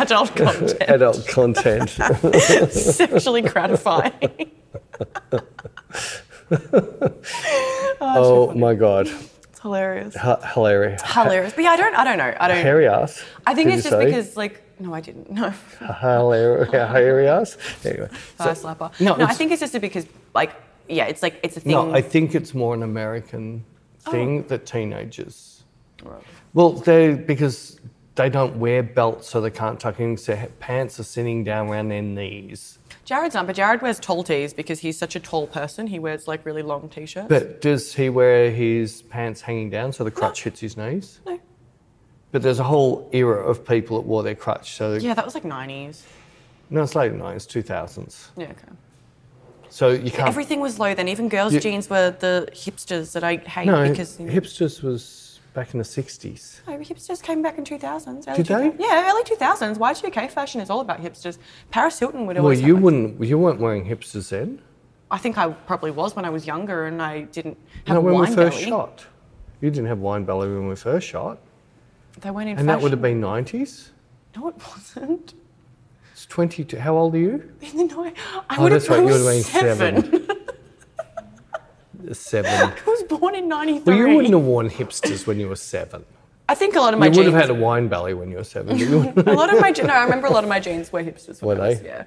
A: Adult content.
B: Adult
A: *laughs*
B: content.
A: Sexually gratifying.
B: oh my god.
A: It's hilarious.
B: H- hilarious.
A: Hilarious. But yeah, I don't I don't know. I don't
B: Hairy ass.
A: I think
B: did
A: it's
B: you
A: just
B: say?
A: because like no I didn't. *laughs* No.
B: Hilarious. Hairy ass. Anyway.
A: Thigh slapper.
B: No,
A: No, I
B: it's-
A: think it's just because like yeah, it's like it's a thing.
B: No, I think it's more an American
A: Oh.
B: thing that teenagers. Well, they because they don't wear belts, so they can't tuck in. So ha- pants are sitting down around their knees.
A: Jared's not, but Jared wears tall tees because he's such a tall person. He wears like really long t shirts.
B: But does he wear his pants hanging down so the crutch hits his knees?
A: No.
B: But there's a whole era of people that wore their crutch. So
A: Yeah, that was like nineties.
B: no, it's late nineties, two thousands.
A: Yeah, okay.
B: So you can't.
A: Everything was low then. Even girls'
B: You-
A: jeans were the hipsters that I hate
B: no,
A: because
B: hipsters was back in the sixties.
A: No, hipsters came back in 2000s. Early
B: Did they?
A: 2000s. Yeah, early 2000s. Y2K fashion is all about hipsters. Paris Hilton would
B: Well,
A: always. have
B: you
A: a-
B: wouldn't. You weren't wearing hipsters then.
A: I think I probably was when I was younger and I didn't have
B: No, when
A: wine
B: we first
A: belly.
B: shot. You didn't have wine belly when we first shot.
A: They weren't in
B: And that would have
A: fashion.
B: been 90s?
A: No, it wasn't. *laughs*
B: It's 22. How old are you?
A: In the night, I
B: Oh,
A: would
B: that's
A: have
B: right,
A: I
B: you
A: was
B: would have been
A: seven.
B: Seven.
A: *laughs* I was born in '93.
B: Well, you wouldn't have worn hipsters when you were seven.
A: I think a lot of my
B: You would
A: jeans.
B: have had a wine belly when you were seven. but you wouldn't-
A: a lot of my je- no, I remember a lot of my jeans were hipsters. When
B: Were
A: I was,
B: they?
A: Yeah,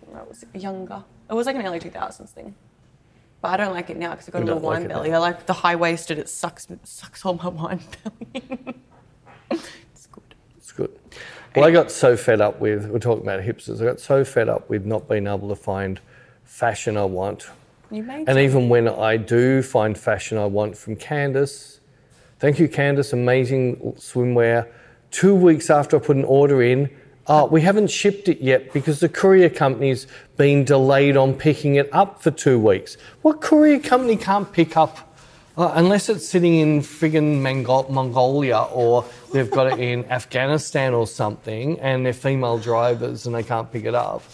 A: when I was younger. It was like an early 2000s thing. But I don't like it now because I've got
B: You
A: a little
B: don't like
A: wine
B: it
A: belly.
B: now.
A: I like the high waisted. It sucks sucks all my wine belly. it's good.
B: It's good. Well, I got so fed up with, we're talking about hipsters, I got so fed up with not being able to find fashion I want.
A: You made.
B: And even when I do find fashion I want from Candace, thank you, Candace, amazing swimwear. Two weeks after I put an order in, uh, we haven't shipped it yet because the courier company's been delayed on picking it up for two weeks. What courier company can't pick up uh, unless it's sitting in friggin' Mongol- Mongolia or they've got it in *laughs* Afghanistan or something and they're female drivers and they can't pick it up?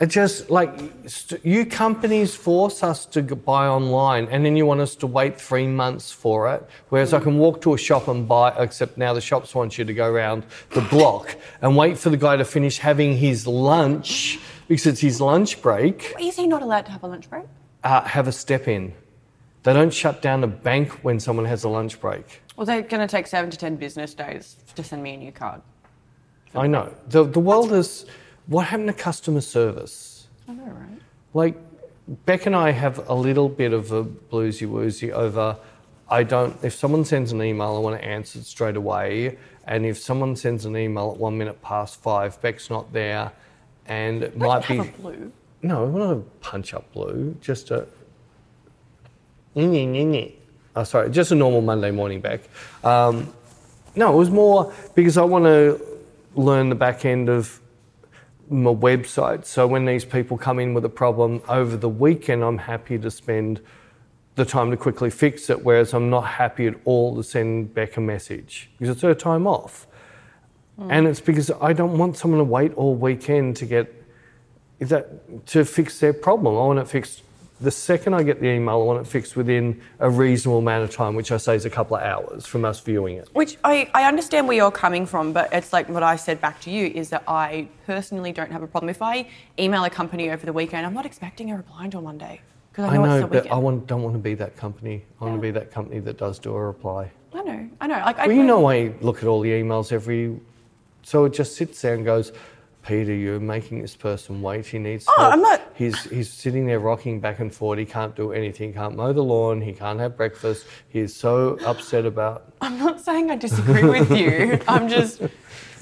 B: It just like st- you companies force us to g- buy online, and then you want us to wait three months for it. Whereas I can walk to a shop and buy, except now the shops want you to go around the block and wait for the guy to finish having his lunch because it's his lunch break.
A: Is he not allowed to have a lunch break?
B: Uh, have a step in. They don't shut down a bank when someone has a lunch break.
A: Well, they're going to take seven to ten business days to send me a new card.
B: I know the the world is. What happened to customer service?
A: I know, right?
B: Like Beck and I have a little bit of a bluesy woozy over. I don't. If someone sends an email, I want to answer it straight away. And if someone sends an email at one minute past five, Beck's not there, and it
A: I
B: might
A: have
B: be
A: a blue.
B: no, we're not a punch up blue. Just a. Oh, sorry, just a normal Monday morning back. Um, no, it was more because I want to learn the back end of my website. So when these people come in with a problem over the weekend, I'm happy to spend the time to quickly fix it, whereas I'm not happy at all to send back a message because it's her time off. And it's because I don't want someone to wait all weekend to get is that to fix their problem. I want it fixed the second I get the email. I want it fixed within a reasonable amount of time, which I say is a couple of hours from us viewing it.
A: Which I, I understand where you're coming from, but it's like what I said back to you is that I personally don't have a problem. If I email a company over the weekend, I'm not expecting a reply until Monday because I
B: I
A: know, it's
B: know,
A: the
B: but
A: weekend.
B: I want, don't want to be that company. I want
A: Yeah.
B: to be that company that does do a reply.
A: I know, I know. Like, I,
B: Well, you know, I look at all the emails every, so it just sits there and goes, Peter, you're making this person wait. He needs.
A: Oh,
B: help.
A: I'm not-
B: He's he's sitting there rocking back and forth. He can't do anything. Can't mow the lawn. He can't have breakfast. He is so upset about
A: I'm not saying I disagree
B: *laughs*
A: with you. I'm just,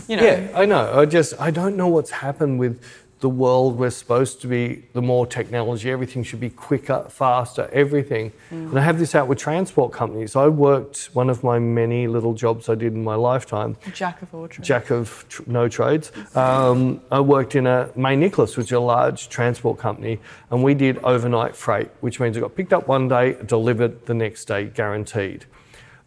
A: you know.
B: Yeah, I know. I just I don't know what's happened with the world. We're supposed to be the more technology, everything should be quicker, faster, everything.
A: Mm.
B: And I have this out with transport companies. I worked one of my many little jobs I did in my lifetime.
A: Jack of all trades.
B: Jack of tr- no trades. Um, I worked in a May Nicholas, which is a large transport company, and we did overnight freight, which means it got picked up one day, delivered the next day, guaranteed.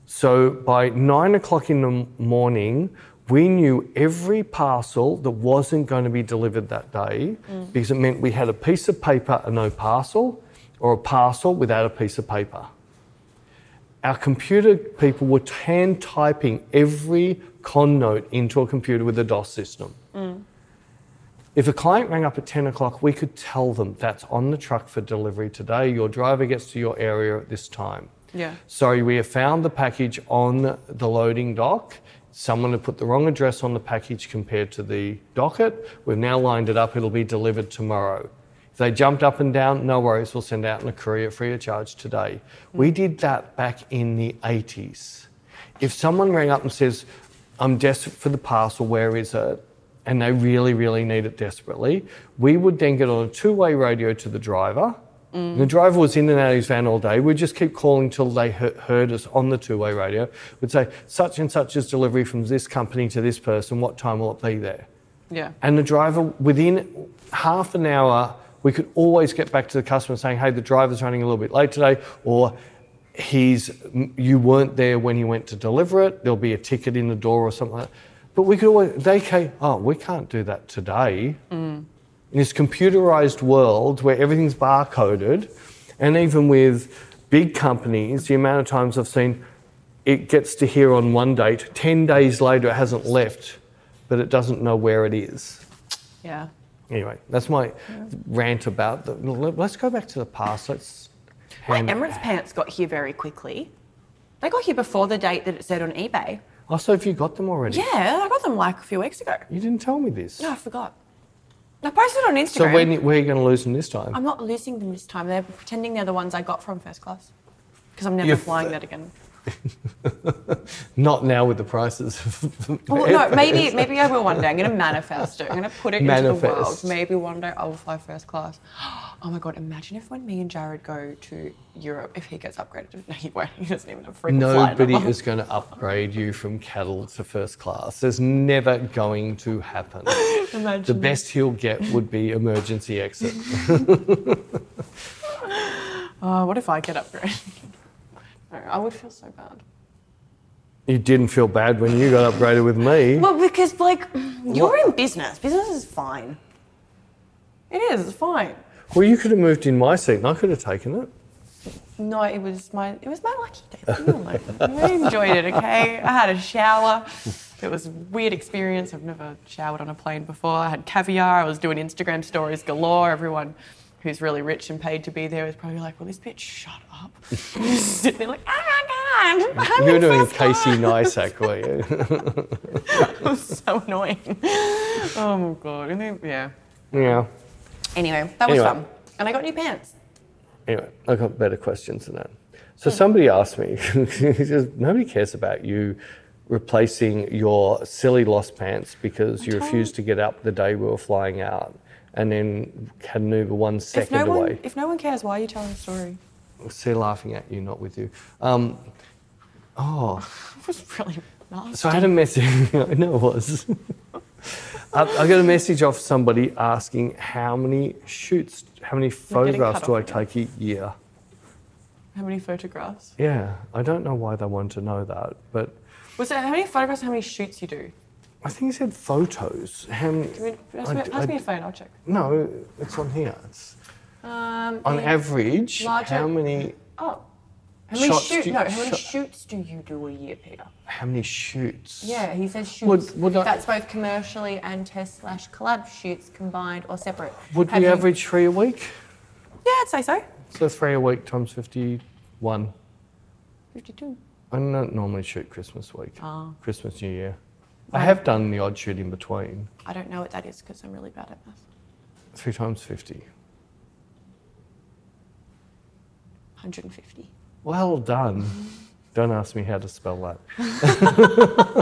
B: So by nine o'clock in the m- morning, we knew every parcel that wasn't going to be delivered that day because it meant we had a piece of paper and no parcel, or a parcel without a piece of paper our computer people were hand typing every con note into a computer with a DOS system. If a client rang up at 10 o'clock, we could tell them that's on the truck for delivery today. Your driver gets to your area at this time.
A: Yeah.
B: Sorry, we have found the package on the loading dock. Someone had put the wrong address on the package compared to the docket. We've now lined it up. It'll be delivered tomorrow. If they jumped up and down, no worries. We'll send out in a courier free of charge today. We did that back in the 80s. If someone rang up and says, I'm desperate for the parcel, where is it? And they really, really need it desperately, we would then get on a two way radio to the driver. The driver was in and out of his van all day. We'd just keep calling till they he- heard us on the two way radio. We'd say, such and such is delivery from this company to this person. What time will it be there?
A: Yeah.
B: And the driver, within half an hour, we could always get back to the customer saying, hey, the driver's running a little bit late today, or he's you weren't there when he went to deliver it. There'll be a ticket in the door or something like that. But we could always, they came, oh, we can't do that today. In this computerized world where everything's barcoded, and even with big companies, the amount of times I've seen it gets to here on one date, 10 days later it hasn't left, but it doesn't know where it is.
A: Yeah.
B: Anyway, that's my rant about the. let- Let's go back to the past. Let's.
A: My
B: hand-
A: Emirates pants got here very quickly. They got here before the date that it said on eBay.
B: Oh, so have you got them already?
A: Yeah, I got them like a few weeks ago.
B: You didn't tell me this.
A: No, I forgot. I posted on Instagram. Um,
B: So when, where are you going to lose them this time?
A: I'm not losing them this time. They're pretending they're the ones I got from first class. Because I'm never
B: You're
A: flying
B: f-
A: that again.
B: Not now with the prices.
A: Oh, Well,
B: *laughs*
A: no, maybe maybe I will one day. I'm going to manifest it. I'm going to put it into the world.
B: Manifest.
A: Maybe one day I will fly first class. *gasps* Oh my god! Imagine if when me and Jared go to Europe, if he gets upgraded. *laughs* No, he won't. He doesn't even have freaking flight
B: Nobody
A: number.
B: is going to upgrade you from cattle to first class. There's never going to
A: *laughs*
B: happen. The
A: Imagine.
B: best he'll get would be emergency exit.
A: Oh, what if I get upgraded? *laughs* no, I would feel so bad.
B: You didn't feel bad when you got upgraded with me.
A: Well, because like you're in business. Business is fine. It is. It's fine.
B: Well, you could have moved in my seat and I could have taken it.
A: No, it was my it was my lucky day. Leave me alone. I enjoyed it. Okay, I had a shower. It was a weird experience. I've never showered on a plane before. I had caviar. I was doing Instagram stories galore. Everyone who's really rich and paid to be there was probably like, "Will this bitch shut up?" *laughs* Just Sitting there like, "Oh my god, I'm
B: You're
A: in
B: doing
A: first class."
B: Casey Neistat, were you?
A: *laughs*
B: *laughs*
A: It was so annoying. Oh my god. And then, yeah.
B: Yeah.
A: Anyway, that was
B: Anyway.
A: fun, and I got new pants.
B: Anyway, I've got better questions than that. So somebody asked me, *laughs* he says, nobody cares about you replacing your silly lost pants because you refused to get up the day we were flying out and then had an Uber one
A: If
B: second
A: no
B: away.
A: one, if no one cares, why are you telling the story? *laughs*
B: *laughs* See, laughing at you, not with you. Um, oh,
A: It was really nasty.
B: so I had a message. *laughs* I know it was. *laughs* I, I got a message off somebody asking how many shoots, how many
A: getting
B: photographs
A: cut
B: do I
A: off
B: take a year?
A: How many photographs?
B: Yeah, I don't know why they wanted to know that, but
A: Was it how many photographs? How many shoots you do?
B: I think he said photos. How many-
A: I mean, pass,
B: I
A: me,
B: d-
A: pass
B: I
A: me a
B: d-
A: phone. I'll check.
B: no, it's on here. It's,
A: Um,
B: on
A: yeah.
B: average,
A: Larger-
B: how many
A: Oh. How many
B: Shots
A: shoots?
B: do-
A: No, how many
B: shot-
A: shoots do you do a year, Peter?
B: how many shoots?
C: Yeah, he says shoots.
B: Would- would I-
C: That's both commercially and test slash collab shoots combined or separate.
B: Would
C: Have
B: we
C: you-
B: average three a week?
A: Yeah, I'd say so.
B: So three a week times fifty-one.
C: 52.
B: I don't normally shoot Christmas week.
A: Oh. Ah,
B: Christmas, New Year. I have done the odd shoot in between.
A: I don't know what that is because I'm really bad at math.
B: Three times 50.
A: 150.
B: Well done. Don't ask me how to spell
A: *laughs*
B: that.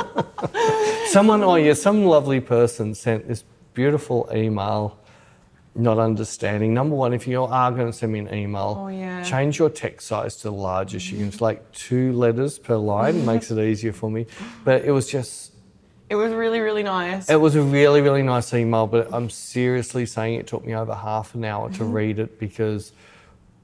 B: Someone, oh yeah, some lovely person sent this beautiful email, not understanding. Number one, if you are going to send me an email,
A: Oh, yeah.
B: change your text size to the largest. You can it's like two letters per
A: *laughs*
B: line, makes it easier for me. But it was just
A: It was really, really nice.
B: It was a really, really nice email, but I'm seriously saying it took me over half an hour
A: Mm-hmm.
B: to read it because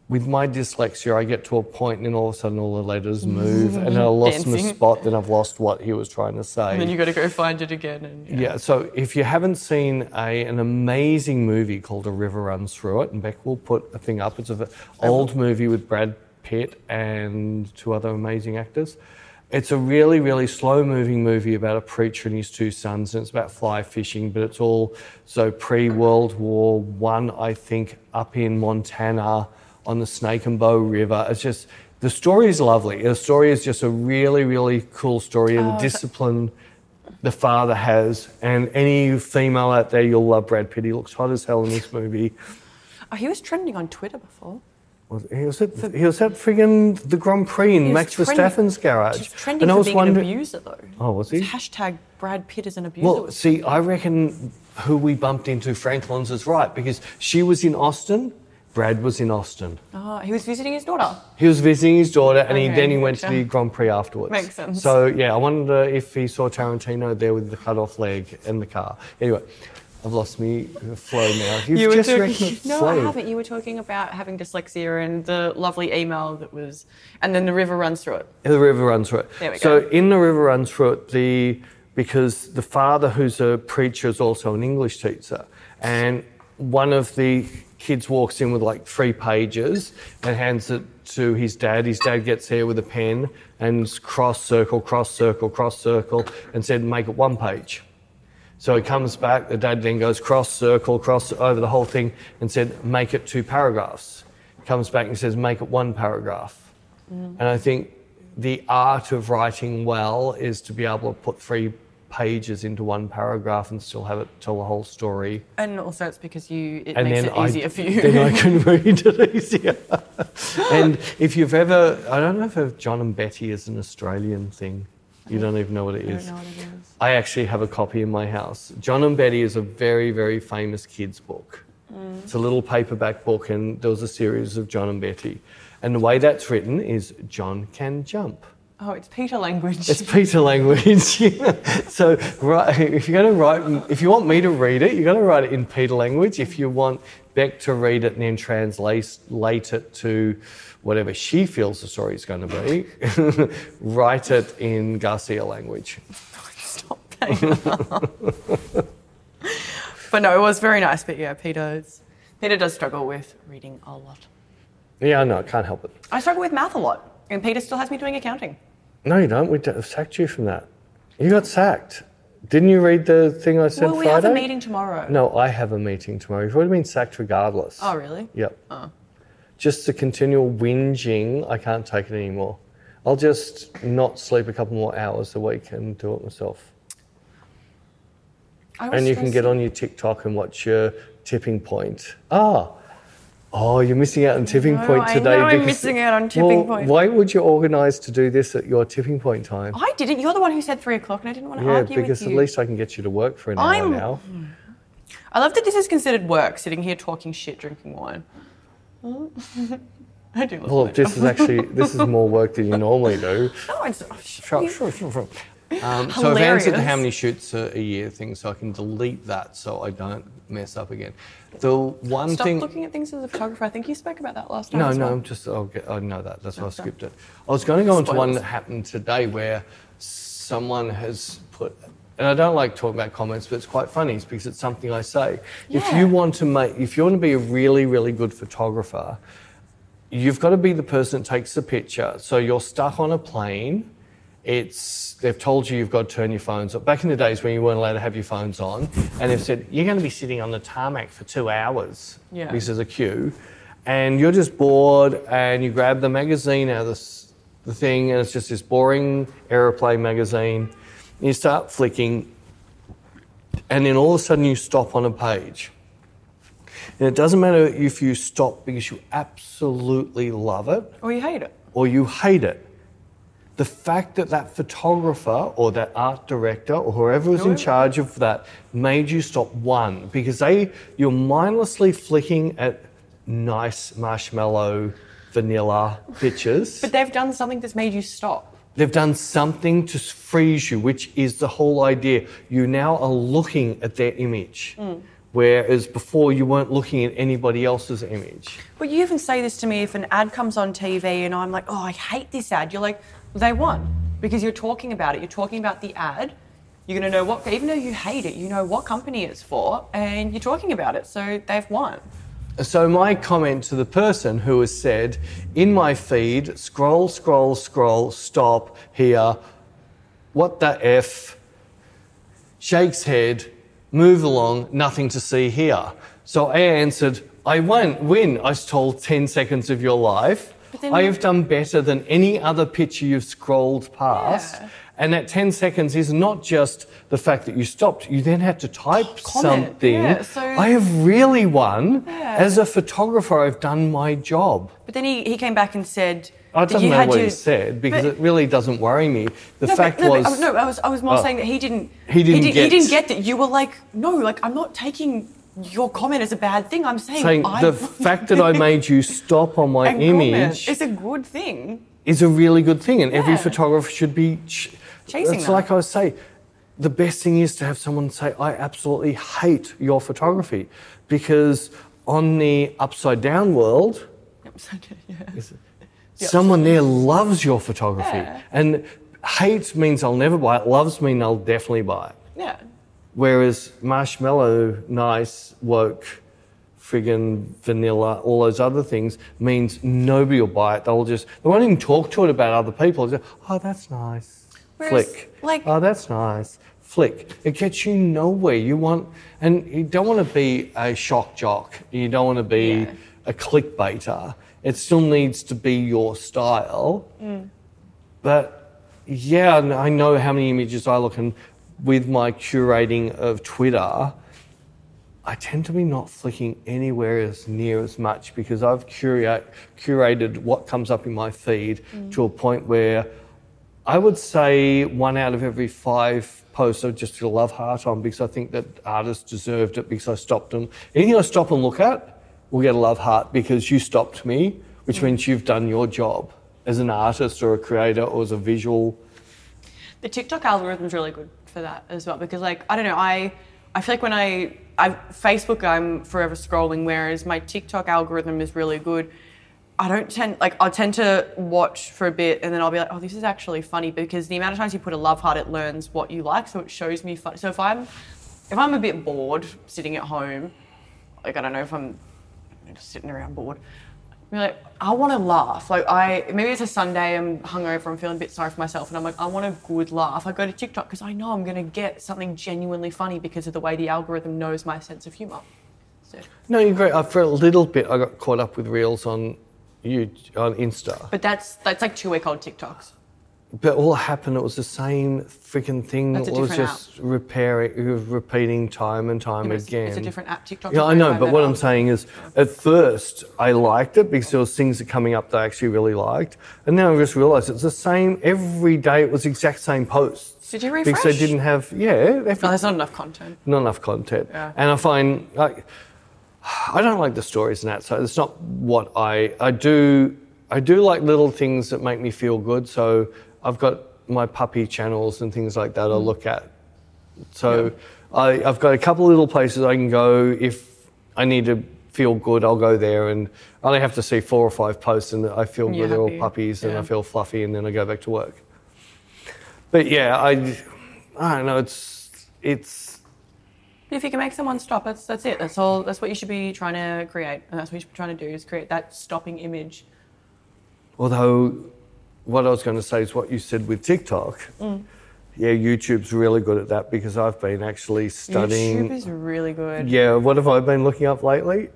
B: with my dyslexia, I get to a point and then all of a sudden all the letters move and I lost my
A: Mm-hmm. Dancing.
B: spot, then I've lost what he was trying to say.
A: and then you got to go find it again. And,
B: Yeah, so if you haven't seen a, an amazing movie called A River Runs Through It, and Beck will put a thing up. It's an old movie with Brad Pitt and two other amazing actors. It's a really, really slow moving movie about a preacher and his two sons, and it's about fly fishing, but it's all so pre World War One, I, think, up in Montana on the Snake and Bow River. It's just the story is lovely. The story is just a really, really cool story, and the discipline the father has. And any female out there, you'll love Brad Pitt. He looks hot as hell in
A: *laughs*
B: this movie.
A: Oh, he was trending on Twitter before.
B: Was- He was at, he was at friggin' the Grand Prix in
A: was
B: Max
A: trending-
B: Verstappen's garage.
A: He's trending for being an abuser, though.
B: Oh, was he?
A: It's Hashtag Brad Pitt is an abuser.
B: Well, see, I reckon who we bumped into, Franklin's, is right because she was in Austin, Brad was in Austin.
A: oh, he was visiting his daughter.
B: He was visiting his daughter, and he,
A: Okay,
B: then he went to
A: gotcha.
B: the Grand Prix afterwards.
A: Makes sense.
B: So yeah, I wonder if he saw Tarantino there with the cut off leg and the car. Anyway, I've lost me flow now. You've
A: You were
B: just
A: talking-
B: wrecked
A: *laughs*
B: my
A: no, I
B: flow.
A: haven't. You were talking about having dyslexia and the lovely email that was, and then the river runs through it.
B: The river runs through it.
A: There we
B: so
A: go.
B: in the river runs through it, the because the father who's a preacher is also an English teacher, and one of the kids walks in with like three pages and hands it to his dad. His dad gets there with a pen and it's cross circle, cross circle, cross circle, and said, "Make it one page." So he comes back, the dad then goes cross, circle, cross over the whole thing and said, make it two paragraphs. Comes back and says, make it one paragraph.
A: Mm.
B: And I think the art of writing well is to be able to put three pages into one paragraph and still have it tell the whole story.
A: And also, it's because you. It
B: And
A: makes
B: then
A: it easier
B: I,
A: for you. *laughs*
B: *laughs* Then I can read it easier. and if you've ever, I don't know if a John and Betty is an Australian thing. You don't even know what it
A: I
B: is.
A: don't know what it is.
B: I actually have a copy in my house. John and Betty is a very, very famous kids' book. It's a little paperback book, and there was a series of John and Betty. And the way that's written is John can jump.
A: Oh, it's Peter language. *laughs*
B: It's Peter language. *laughs* yeah. so right, if you're going to write, if you want me to read it, you're going to write it in Peter language. If you want Beck to read it and then translate late it to whatever she feels the story is going to be, *laughs* write it in Garcia language.
A: Stop that. *laughs* but no, it was very nice. But yeah, Peter's Peter does struggle with reading a lot.
B: Yeah, I know. I can't help it.
A: I struggle with math a lot, and Peter still has me doing accounting.
B: No, you don't. We d- sacked you from that. You got sacked. Didn't you read the thing I said
A: well, we
B: Friday?
A: have a meeting tomorrow.
B: No, I have a meeting tomorrow. You've already been sacked regardless.
A: Oh, really?
B: Yep. Just the continual whinging, I can't take it anymore. I'll just not sleep a couple more hours a week and do it myself.
A: I was
B: And you can
A: stressed-
B: get on your TikTok and watch your tipping point. Ah, Oh, you're missing out on tipping
A: No,
B: point
A: I
B: today.
A: know I'm
B: because-
A: missing out on tipping
B: Well,
A: point.
B: Why would you organise to do this at your tipping point time?
A: I didn't. You're the one who said three o'clock, and I didn't want to
B: yeah,
A: argue
B: because
A: with
B: at
A: you.
B: least I can get you to work for an hour
A: I'm-
B: now.
A: I love that this is considered work, sitting here talking shit, drinking wine. *laughs* I do love
B: Well,
A: my
B: this is actually this is more work than you normally do.
A: job. No, it's-
B: Sure, sure, sure, sure. Um, so I've answered the how
A: Hilarious.
B: many shoots a, a year thing, so I can delete that, so I don't mess up again. The one
A: Stop
B: thing.
A: looking at things as a photographer. I think you spoke about that last time.
B: No,
A: as
B: no,
A: well.
B: I'm just. I'll get, I know that. That's why I skipped it. I was going to go into one
A: Spoilers.
B: that happened today where someone has put, and I don't like talking about comments, but it's quite funny. It's because it's something I say. If
A: Yeah.
B: you want to make, if you want to be a really, really good photographer, you've got to be the person that takes the picture. So you're stuck on a plane. It's they've told you you've got to turn your phones off. Back in the days when you weren't allowed to have your phones on, and they've said you're going to be sitting on the tarmac for two hours
A: Yeah.
B: because there's a queue, and you're just bored, and you grab the magazine out of the, s- the thing, and it's just this boring aeroplane magazine. And you start flicking, and then all of a sudden you stop on a page. And it doesn't matter if you stop because you absolutely love it
A: Or you hate it.
B: or you hate it. The fact that that photographer or that art director or whoever was in
A: Whoever.
B: charge of that made you stop one because they you're mindlessly flicking at nice marshmallow vanilla pictures.
A: But they've done something that's made you stop.
B: They've done something to freeze you, which is the whole idea. You now are looking at their image, whereas before you weren't looking at anybody else's image.
A: But you even say this to me if an ad comes on TV and I'm like, oh, I hate this ad. You're like, they won because you're talking about it. You're talking about the ad. You're going to know what, even though you hate it, you know what company it's for and you're talking about it. So they've won.
B: So, my comment to the person who has said, in my feed, scroll, scroll, scroll, stop here, what the F, shakes head, move along, nothing to see here. So, I answered, I won't win. I stole 10 seconds of your life.
A: But then-
B: I have done better than any other picture you've scrolled past.
A: Yeah.
B: And that 10 seconds is not just the fact that you stopped, you then had to type
A: Comment,
B: something.
A: yeah, so-
B: I have really won.
A: Yeah.
B: As a photographer, I've done my job.
A: But then he, he came back and said,
B: I
A: that
B: don't
A: you
B: know
A: had
B: what
A: to,
B: he said because
A: but-
B: it really doesn't worry me.
A: No,
B: The
A: but-
B: fact
A: no, but-
B: was,
A: I was- no, I was, I was more
B: Oh.
A: saying that he didn't.
B: He didn't
A: he, did,
B: get-
A: he didn't get that. You were like, no, like I'm not taking your comment as a bad thing. I'm saying,
B: saying
A: I
B: the
A: want *laughs*
B: fact that I made you stop on my
A: and comment
B: image
A: is a good thing. *laughs*
B: is a really good thing, and every
A: Yeah.
B: photographer should be ch-
A: Chasing
B: It's
A: that.
B: like I was say, the best thing is to have someone say, "I absolutely hate your photography," because on the upside down world,
A: yeah.
B: someone there loves your photography,
A: Yeah.
B: and hate means I'll never buy it. Loves mean I'll definitely buy it.
A: Yeah.
B: Whereas marshmallow, nice, woke, friggin' vanilla, all those other things means nobody will buy it. They'll just, they won't even talk to it about other people. They'll Just, oh, that's nice.
A: Whereas,
B: Flick.
A: like-
B: oh, that's nice. Flick. It gets you nowhere. You want, and you don't want to be a shock jock. You don't want to be
A: Yeah.
B: a clickbaiter. It still needs to be your style. But yeah, and I know how many images I look, and with my curating of Twitter, I tend to be not flicking anywhere as near as much because I've curate, curated what comes up in my feed to a point where I would say one out of every five posts I just did a love heart on because I think that artists deserved it because I stopped them. Anything I stop and look at will get a love heart because you stopped me, which means you've done your job as an artist or a creator or as a visual.
A: The TikTok algorithm's really good for that as well because, like, I don't know, I I feel like when I I Facebook, I'm forever scrolling, whereas my TikTok algorithm is really good. I don't tend like I'll tend to watch for a bit and then I'll be like, oh, this is actually funny because the amount of times you put a love heart, it learns what you like, so it shows me fun. So if I'm if I'm a bit bored sitting at home, like I don't know if I'm just sitting around bored. I'd be like, I want to laugh. Like I maybe it's a Sunday. I'm hungover. I'm feeling a bit sorry for myself, and I'm like, I want a good laugh. I go to TikTok because I know I'm gonna get something genuinely funny because of the way the algorithm knows my sense of humor. So,
B: No, you're great. I, for a little bit, I got caught up with reels on you on Insta.
A: but that's that's like two week old TikToks.
B: But all that happened, it was the same freaking thing.
A: That's a
B: it was
A: different
B: just repairing, it was repeating time and time
A: Yeah, but it's-
B: again.
A: it's a different app, TikTok
B: Yeah, I
A: doesn't
B: know.
A: provide
B: But
A: that
B: what
A: app.
B: I'm saying is, at first, I liked it because there was things that coming up that I actually really liked, and then I just realised it's the same every day. It was the exact same posts.
A: Did you
B: Because they
A: refresh?
B: didn't have yeah, every-
A: Oh, there's not enough content.
B: not enough content.
A: Yeah.
B: And I find like I don't like the stories and that, so it's not what I I do. I do like little things that make me feel good. So I've got my puppy channels and things like that
A: Mm.
B: I look at. So I, I've got a couple of little places I can go if I need to feel good. I'll go there and I only have to see four or five posts and I feel
A: You're
B: good. They're all
A: happy.
B: puppies and
A: Yeah.
B: I feel fluffy and then I go back to work. But yeah, I I don't know. It's it's
A: But if you can make someone stop, that's that's it. That's all. That's what you should be trying to create, and that's what you should be trying to do is create that stopping image.
B: Although, what I was going to say is what you said with TikTok. Yeah, YouTube's really good at that because I've been actually studying.
A: YouTube is really good.
B: Yeah, what have I been looking up lately?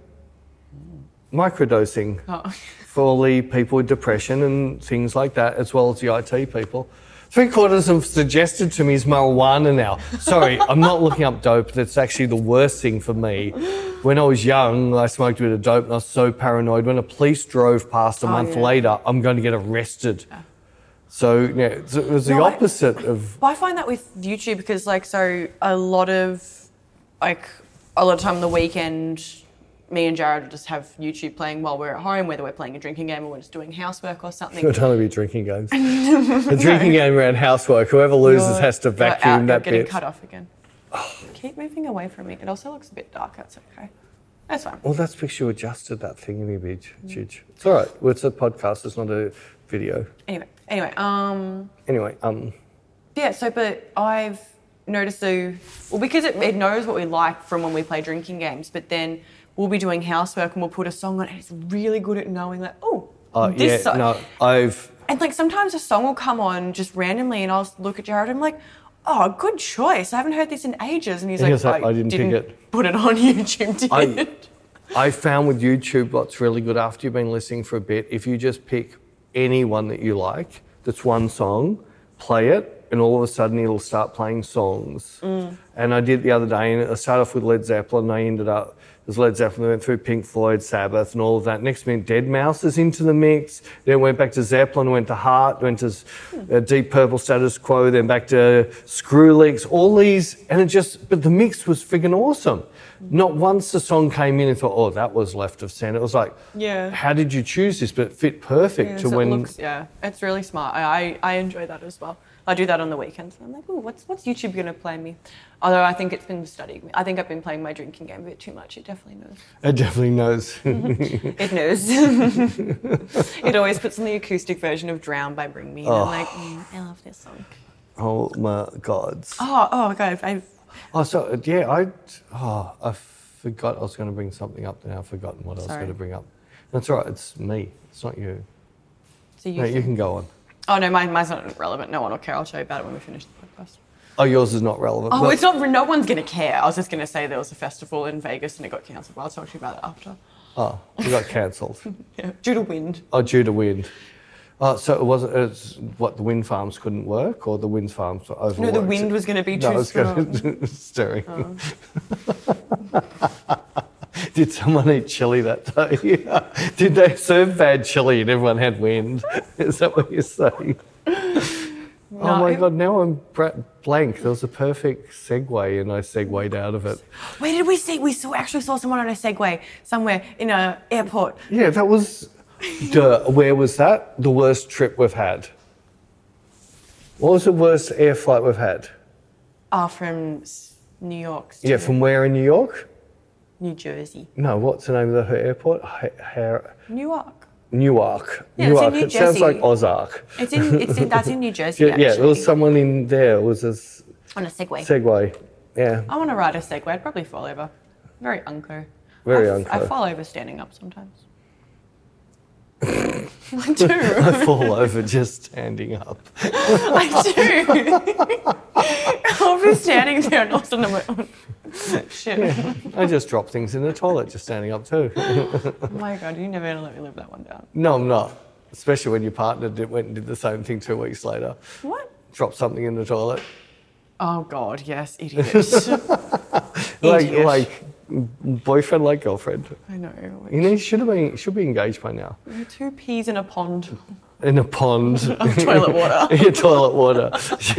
B: Microdosing
A: Oh.
B: for the people with depression and things like that, as well as the IT people. Three quarters have suggested to me is marijuana now. Sorry, I'm not looking up dope. That's actually the worst thing for me. When I was young, I smoked a bit of dope and I was so paranoid. When a police drove past a month
A: Oh, yeah.
B: later, I'm going to get arrested. So yeah, it's- it was the
A: No, I-
B: opposite of.
A: But I find that with YouTube because like so a lot of like a lot of time on the weekend, me and Jared will just have YouTube playing while we're at home, whether we're playing a drinking game or we're just doing housework or
B: *laughs*
A: something.
B: You're trying to be
A: *laughs*
B: drinking games. The drinking game around housework. Whoever loses
A: You're-
B: has to
A: you're out,
B: vacuum
A: you're
B: that
A: getting
B: bit.
A: cut off again. Keep moving away from me. It also looks a bit dark. That's okay. That's fine.
B: Well, that's because you adjusted that thing in your image. Jidge. It's all right. Well, it's a podcast. It's not a video.
A: Anyway, anyway, um.
B: Anyway, um,
A: Yeah, so but I've noticed so well because it, it knows what we like from when we play drinking games, but then we'll be doing housework and we'll put a song on and it's really good at knowing like, oh,
B: uh,
A: this
B: yeah,
A: song.
B: no, I've
A: And like sometimes a song will come on just randomly and I'll look at Jared and I'm like, oh, good choice. I haven't heard this in ages. And he's
B: He
A: like,
B: goes, "I- I didn't pick it."
A: put it on *laughs* YouTube, did
B: I-
A: you?"
B: I found with YouTube what's really good after you've been listening for a bit. If you just pick any one that you like, that's one song, play it, and all of a sudden it'll start playing songs. And I did the other day, and I started off with Led Zeppelin, and I ended up as Led Zeppelin, I went through Pink Floyd, Sabbath, and all of that. Next minute, Dead Mouse is into the mix. Then went back to Zeppelin, went to Heart, went to uh, Deep Purple, Status Quo, then back to Skrillex. All these, and it just, but the mix was friggin' awesome. Not once the song came in and thought, oh, that was left of center. It was like,
A: Yeah.
B: how did you choose this? But it fit perfect
A: Yeah,
B: to
A: so it
B: when.
A: looks- yeah, it's really smart. I, I, I enjoy that as well. I do that on the weekends. I'm like, oh, what's what's YouTube gonna play me? Although I think it's been studying me. I think I've been playing my drinking game a bit too much. It definitely knows.
B: It definitely knows. *laughs*
A: It knows. *laughs* it always puts on the acoustic version of Drown by Bring Me. And I'm like, mm, I love this song.
B: oh my gods.
A: Oh, oh god, I've
B: Oh, so uh, yeah, I oh, I forgot I was going to bring something up. Now I've forgotten what I was
A: Sorry.
B: going to bring up. That's all right. It's me. It's not you.
A: so you,
B: No, you can go on.
A: Oh no, mine, mine's not relevant. No one will care. I'll show you about it when we finish the podcast.
B: Oh, yours is not relevant.
A: Oh,
B: Well,
A: it's not. No one's gonna care. I was just gonna say there was a festival in Vegas and it got cancelled. Well, I'll talk to you about it after.
B: Oh, you got cancelled.
A: Yeah. Due to wind.
B: oh, due to wind. Oh, so it wasn't. It's what the wind farms couldn't work, or the wind farms were overworked.
A: No, the wind was going to be too
B: No, it's
A: strong.
B: *laughs*
A: Oh.
B: gonna, stirring. Did someone eat chili that day? *laughs* Did they serve bad chili and everyone had wind? *laughs* Is that what you're saying? oh my
A: No.
B: god! Now I'm bra- blank. There was a perfect segue, and I segued out of it.
A: Where did we see? We saw actually saw someone on a Segway somewhere in a airport.
B: Yeah, that was. Duh, where was that? The worst trip we've had. What was the worst air flight we've had?
A: Ah, from s- New York. To
B: Yeah, from where in New York?
A: New Jersey.
B: No, what's the name of the airport? Ha- Har-
A: Newark.
B: Newark.
A: Yeah, it's in
B: Newark.
A: New
B: it sounds like
A: Jersey.
B: Ozark.
A: It's in. It's in. That's in New Jersey.
B: Yeah, yeah, there
A: actually.
B: was someone in there. It was a s-
A: on a Segway.
B: Segway. Yeah.
A: I want to ride a Segway. I'd probably fall over. Very unco.
B: Very
A: I f- I
B: unco.
A: fall over standing up sometimes. *laughs* I do.
B: *laughs* I fall over just standing up.
A: I do. *laughs* I'll be standing there and all of a sudden I'm like, oh, *laughs* shit.
B: I just drop things in the toilet just standing up too. *laughs*
A: Oh my god, you're never gonna let me live that one down.
B: No, I'm not. Especially when your partner did, went and did the same thing two weeks later.
A: What?
B: Drop something in the toilet.
A: Oh God, yes,
B: *laughs*
A: idiot.
B: Like,
A: Idiot.
B: like boyfriend, like girlfriend.
A: I know.
B: You
A: like,
B: know, you should have been, should be engaged by now.
A: Two peas in a pond *laughs*
B: In a pond.
A: of *laughs* toilet
B: *laughs*
A: water.
B: your toilet water.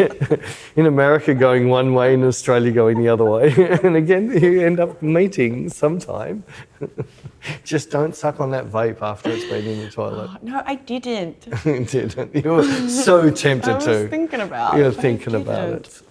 B: *laughs* in America, going one way, in Australia, going the other way. *laughs* and again, you end up meeting sometime. *laughs* Just don't suck on that vape after it's been in the toilet. *laughs*
A: No, I didn't.
B: Didn't. You were so tempted
A: I was
B: to.
A: thinking about.
B: You're
A: it, but I
B: thinking about
A: didn't.
B: it.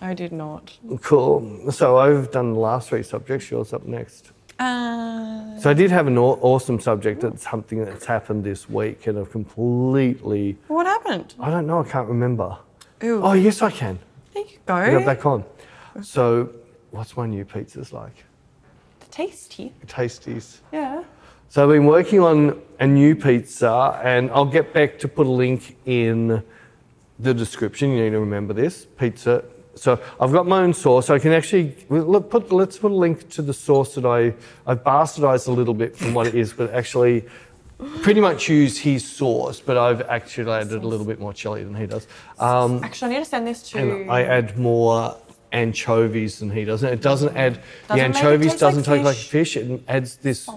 A: I did not.
B: Cool. So I've done last three subjects. Yours up next.
C: Uh,
B: So I did have an aw- awesome subject. That's something that's happened this week, and I've completely.
A: What happened?
B: I don't know. I can't remember.
A: Ooh.
B: Oh yes, I can.
A: There you go.
B: I got back on. So, what's my new pizzas like?
A: Tasty.
B: Tasties.
A: Yeah.
B: So, I've been working on a new pizza, and I'll get back to put a link in the description. You need to remember this pizza. So, I've got my own sauce. I can actually well, let- put. Let's put a link to the sauce that I I've bastardized a little bit from what it is, but actually. Pretty much use his sauce, but I've actually added a little bit more chili than he does. Um,
A: Actually, I need to send this to.
B: and I add more anchovies than he does. And It doesn't add
C: Mm. Doesn't
B: the
C: make it
B: anchovies
C: taste
B: doesn't
C: like
B: taste like fish. It adds this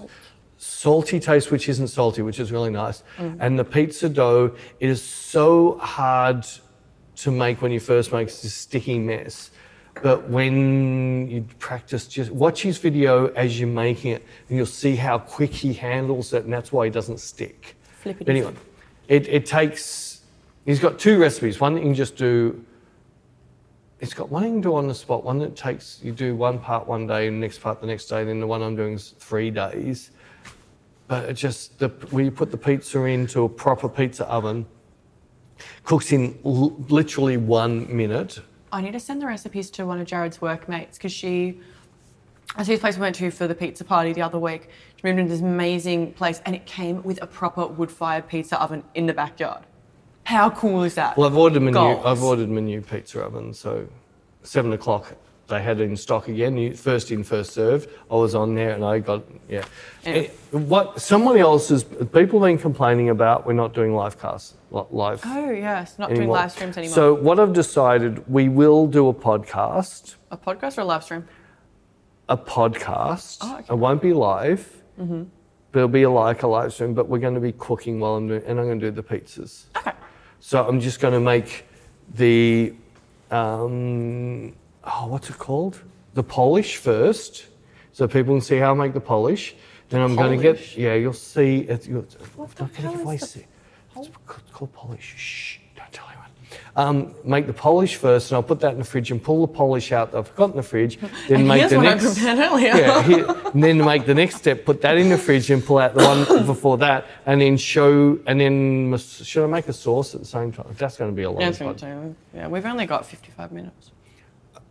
B: salty taste, which isn't salty, which is really nice.
C: Mm.
B: And the pizza dough is so hard to make when you first make it's a sticky mess. But when you practice, just watch his video as you're making it, and you'll see how quick he handles it, and that's why he doesn't stick.
C: Flippity
B: Anyway, it, it takes. He's got two recipes. One that you can just do it's got one you can do on the spot, one that takes you do one part one day and next part the next day, then the one I'm doing is three days. But it just the where you put the pizza into a proper pizza oven, cooks in l- literally one minute.
A: I need to send the recipes to one of Jared's workmates because she, I see this place we went to for the pizza party the other week. She moved into this amazing place and it came with a proper wood fired pizza oven in the backyard. How cool is that?
B: Well, I've ordered my new,
A: Goals.
B: I've ordered my new pizza oven. So, seven o'clock, they had it in stock again. You- First in, first served. I was on there, and I got yeah.
A: Yeah.
B: Eh, what someone else has people have been complaining about? We're not doing live casts, li- live.
A: Oh, yes, not doing
B: anymore.
A: live streams anymore.
B: So what I've decided, we will do a podcast.
A: a podcast or a live stream?
B: A podcast.
A: Oh, okay. Mm-hmm.
B: It won't be live. But it'll be a like a live stream. But we're going to be cooking while I'm doing, and I'm going to do the pizzas.
A: Okay.
B: So I'm just going to make the, um, oh, what's it called? The polish first, so people can see how I make the polish. Then I'm going to get,
A: Polish?
B: yeah, you'll see. It, you'll, what
A: the
B: can I give
A: hell
B: away
A: is the
B: se- It's called, called polish. Shh, don't tell anyone. Um, make the polish first, and I'll put that in the fridge and pull the polish out that I've got in
A: *laughs*
B: the fridge. Then
A: And
B: make
A: here's
B: the
A: what I
B: next.
A: prepared earlier.
B: Yeah, here, and then make the next step, put that in the fridge and pull out the one *coughs* before that, and then show, and then mas- should I make a sauce at the same time? That's going to be a long
A: Yeah, it's gonna
B: time.
A: do. yeah, we've only got 55 minutes.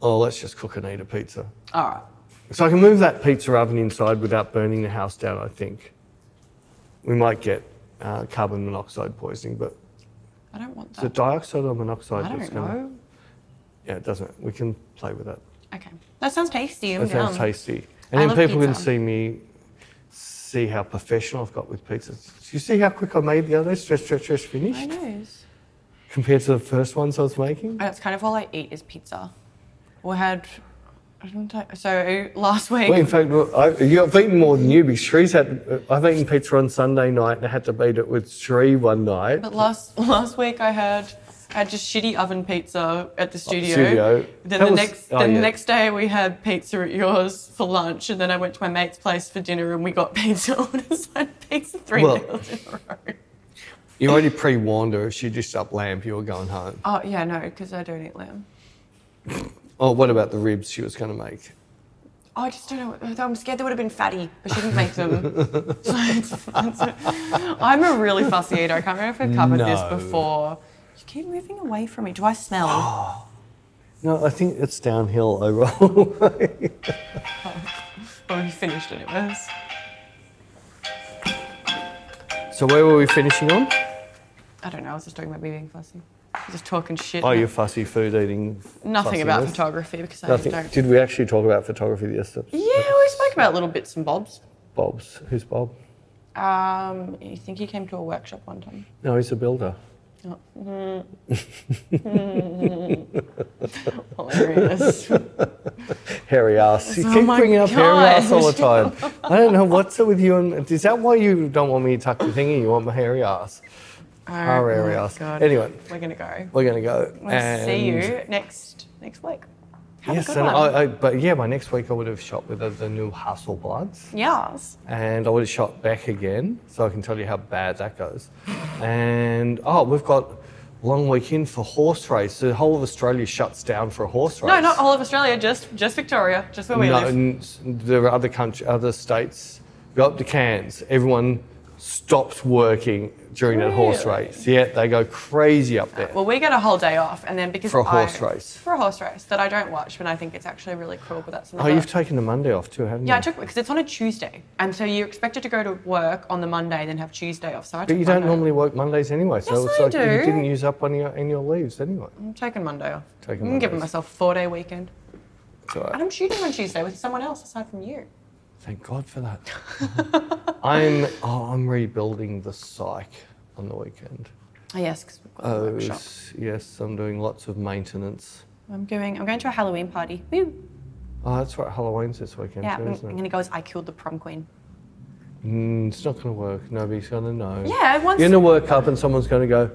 B: Oh, let's just cook and eat a pizza.
A: All right.
B: So I can move that pizza oven inside without burning the house down. I think we might get uh, carbon monoxide poisoning, but
A: I don't want
B: is it
A: that.
B: dioxide or monoxide?
A: Uh, I
B: that's
A: don't
B: gonna-
A: know.
B: Yeah, it doesn't. We can play with that.
A: Okay. That sounds tasty. I'm
B: That sounds
A: down.
B: tasty.
A: um, I
B: And then
A: love
B: people can
A: pizza.
B: see me, see how professional I've got with pizzas. Do you see how quick I made the other day? Stretch, stretch, stretch,
A: I
B: finish?
A: know.
B: Compared to the first ones I was making?
A: That's kind of all I eat is pizza. We had, I don't know, so last week.
B: Well, in fact, well, I, you, I've eaten more than you because Shree's had. I've eaten pizza on Sunday night and I had to beat it with Shree one night.
A: But last last week I had I had just shitty oven pizza at the studio.
B: Oh, studio.
A: Then
B: That
A: the
B: was-
A: next
B: oh,
A: then
B: yeah.
A: the next day we had pizza at yours for lunch, and then I went to my mate's place for dinner, and we got *laughs* pizza orders. I had pizza three
B: Well-
A: meals in a row.
B: You already pre warned her if she dished up lamb, you were going home.
A: Oh yeah, no, because I don't eat lamb.
B: Oh, what about the ribs she was going to make?
A: Oh, I just don't know. what- I'm scared they would have been fatty, but she didn't make
B: *laughs*
A: them. *laughs* so it's, it's- I'm a really fussy eater. I can't remember if I've covered
B: No.
A: this before. You keep moving away from me. Do I smell?
B: *gasps* No, I think it's downhill overall. *laughs*
A: Well, Oh, you finished anyways.
B: so, where were we finishing on?
A: I don't know. I was just talking about me being fussy. Just talking shit.
B: Oh, you fussy food eating.
A: Nothing about
B: fussiness.
A: photography because
B: Nothing.
A: I don't.
B: Did we actually talk about photography the other
A: Yeah, we spoke about little bits and bobs.
B: Bob's. Who's Bob?
C: Um, I think he came to a workshop one time.
B: No, he's a builder.
A: Oh.
B: *laughs*
A: Hilarious.
B: Hairy ass. You
A: Oh
B: keep
A: my
B: bringing up hairy ass all the time.
A: gosh.
B: I don't know what's it with you. And is that why you don't want me to tuck your thingy? You want my hairy ass. Our hairy
A: Oh my
B: ass.
A: God.
B: Anyway,
A: We're gonna go.
B: we're gonna go.
C: We'll see
B: and-
C: you next next week. Have
B: yes,
C: a good
B: and
C: one.
B: I, I, but yeah, my next week I would have shot with the, the new Hasselblads,
C: yes.
B: and I would have shot back again, so I can tell you how bad that goes. And oh, we've got long weekend for horse race. The whole of Australia shuts down for a horse race.
A: No, not all of Australia. Just just Victoria. Just where we
B: No,
A: live.
B: n- s- there are other country, other states. Go up to Cairns. Everyone stops working during that horse
A: Really? Uh,
B: race. Yeah, they go crazy up there.
A: Well, we get a whole day off, and then because
B: For a
A: I-
B: horse race.
A: for a horse race that I don't watch, but I think it's actually really cool. But that's
B: Oh,
A: another.
B: you've taken the Monday off too, haven't you?
A: yeah, I took because it's on a Tuesday, and so you're expected to go to work on the Monday and then have Tuesday off. So I
B: But
A: took
B: you don't
A: Monday.
B: normally work Mondays anyway, so
A: Yes,
B: it's
A: I
B: like you
A: do.
B: didn't use up one of your annual leaves anyway.
A: I'm taking Monday off.
B: Taking
A: I'm giving
B: Mondays.
A: myself a four day weekend,
B: So
A: and I'm shooting on Tuesday with someone else aside from you.
B: thank God for that.
A: *laughs*
B: I'm oh, I'm rebuilding the psych on the weekend.
A: Oh, yes, because we've got a
B: Oh
A: workshop.
B: s- yes, I'm doing lots of maintenance.
A: I'm doing. I'm going to a Halloween party. Woo!
B: Oh, that's right. Halloween's this weekend
A: Yeah,
B: too,
A: I'm,
B: isn't it?
A: I'm going to go as I killed the prom queen.
B: Mm, it's not going to work. Nobody's going to know.
A: Yeah, once-
B: You're going to work up and someone's going to go,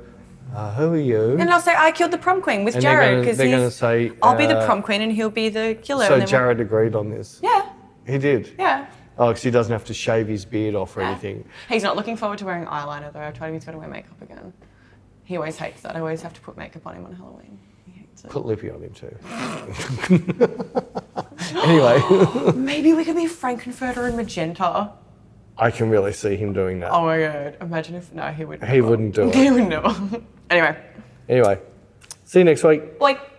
B: uh, who are you?
A: And I'll say I killed the prom queen with
B: And they're
A: Jared
B: gonna-
A: because
B: they're
A: he's.
B: gonna say,
A: I'll be the
B: uh,
A: prom queen and he'll be the killer. and
B: so
A: then we'll-
B: Jared agreed on this.
A: Yeah,
B: He did?
A: yeah.
B: Oh, because he doesn't have to shave his beard off or anything.
A: He's not looking forward to wearing eyeliner though. I told him he's got to wear makeup again. He always hates that. I always have to put makeup on him on Halloween. He hates it.
B: Put Lippy on him too. *laughs*
A: *laughs*
B: anyway,
A: *laughs* Maybe we could be Frankenfurter and Magenta.
B: I can really see him doing that.
A: Oh my god! Imagine if no, he would. *laughs*
B: He wouldn't do it.
A: He would never. anyway,
B: Anyway, see you next week.
A: like.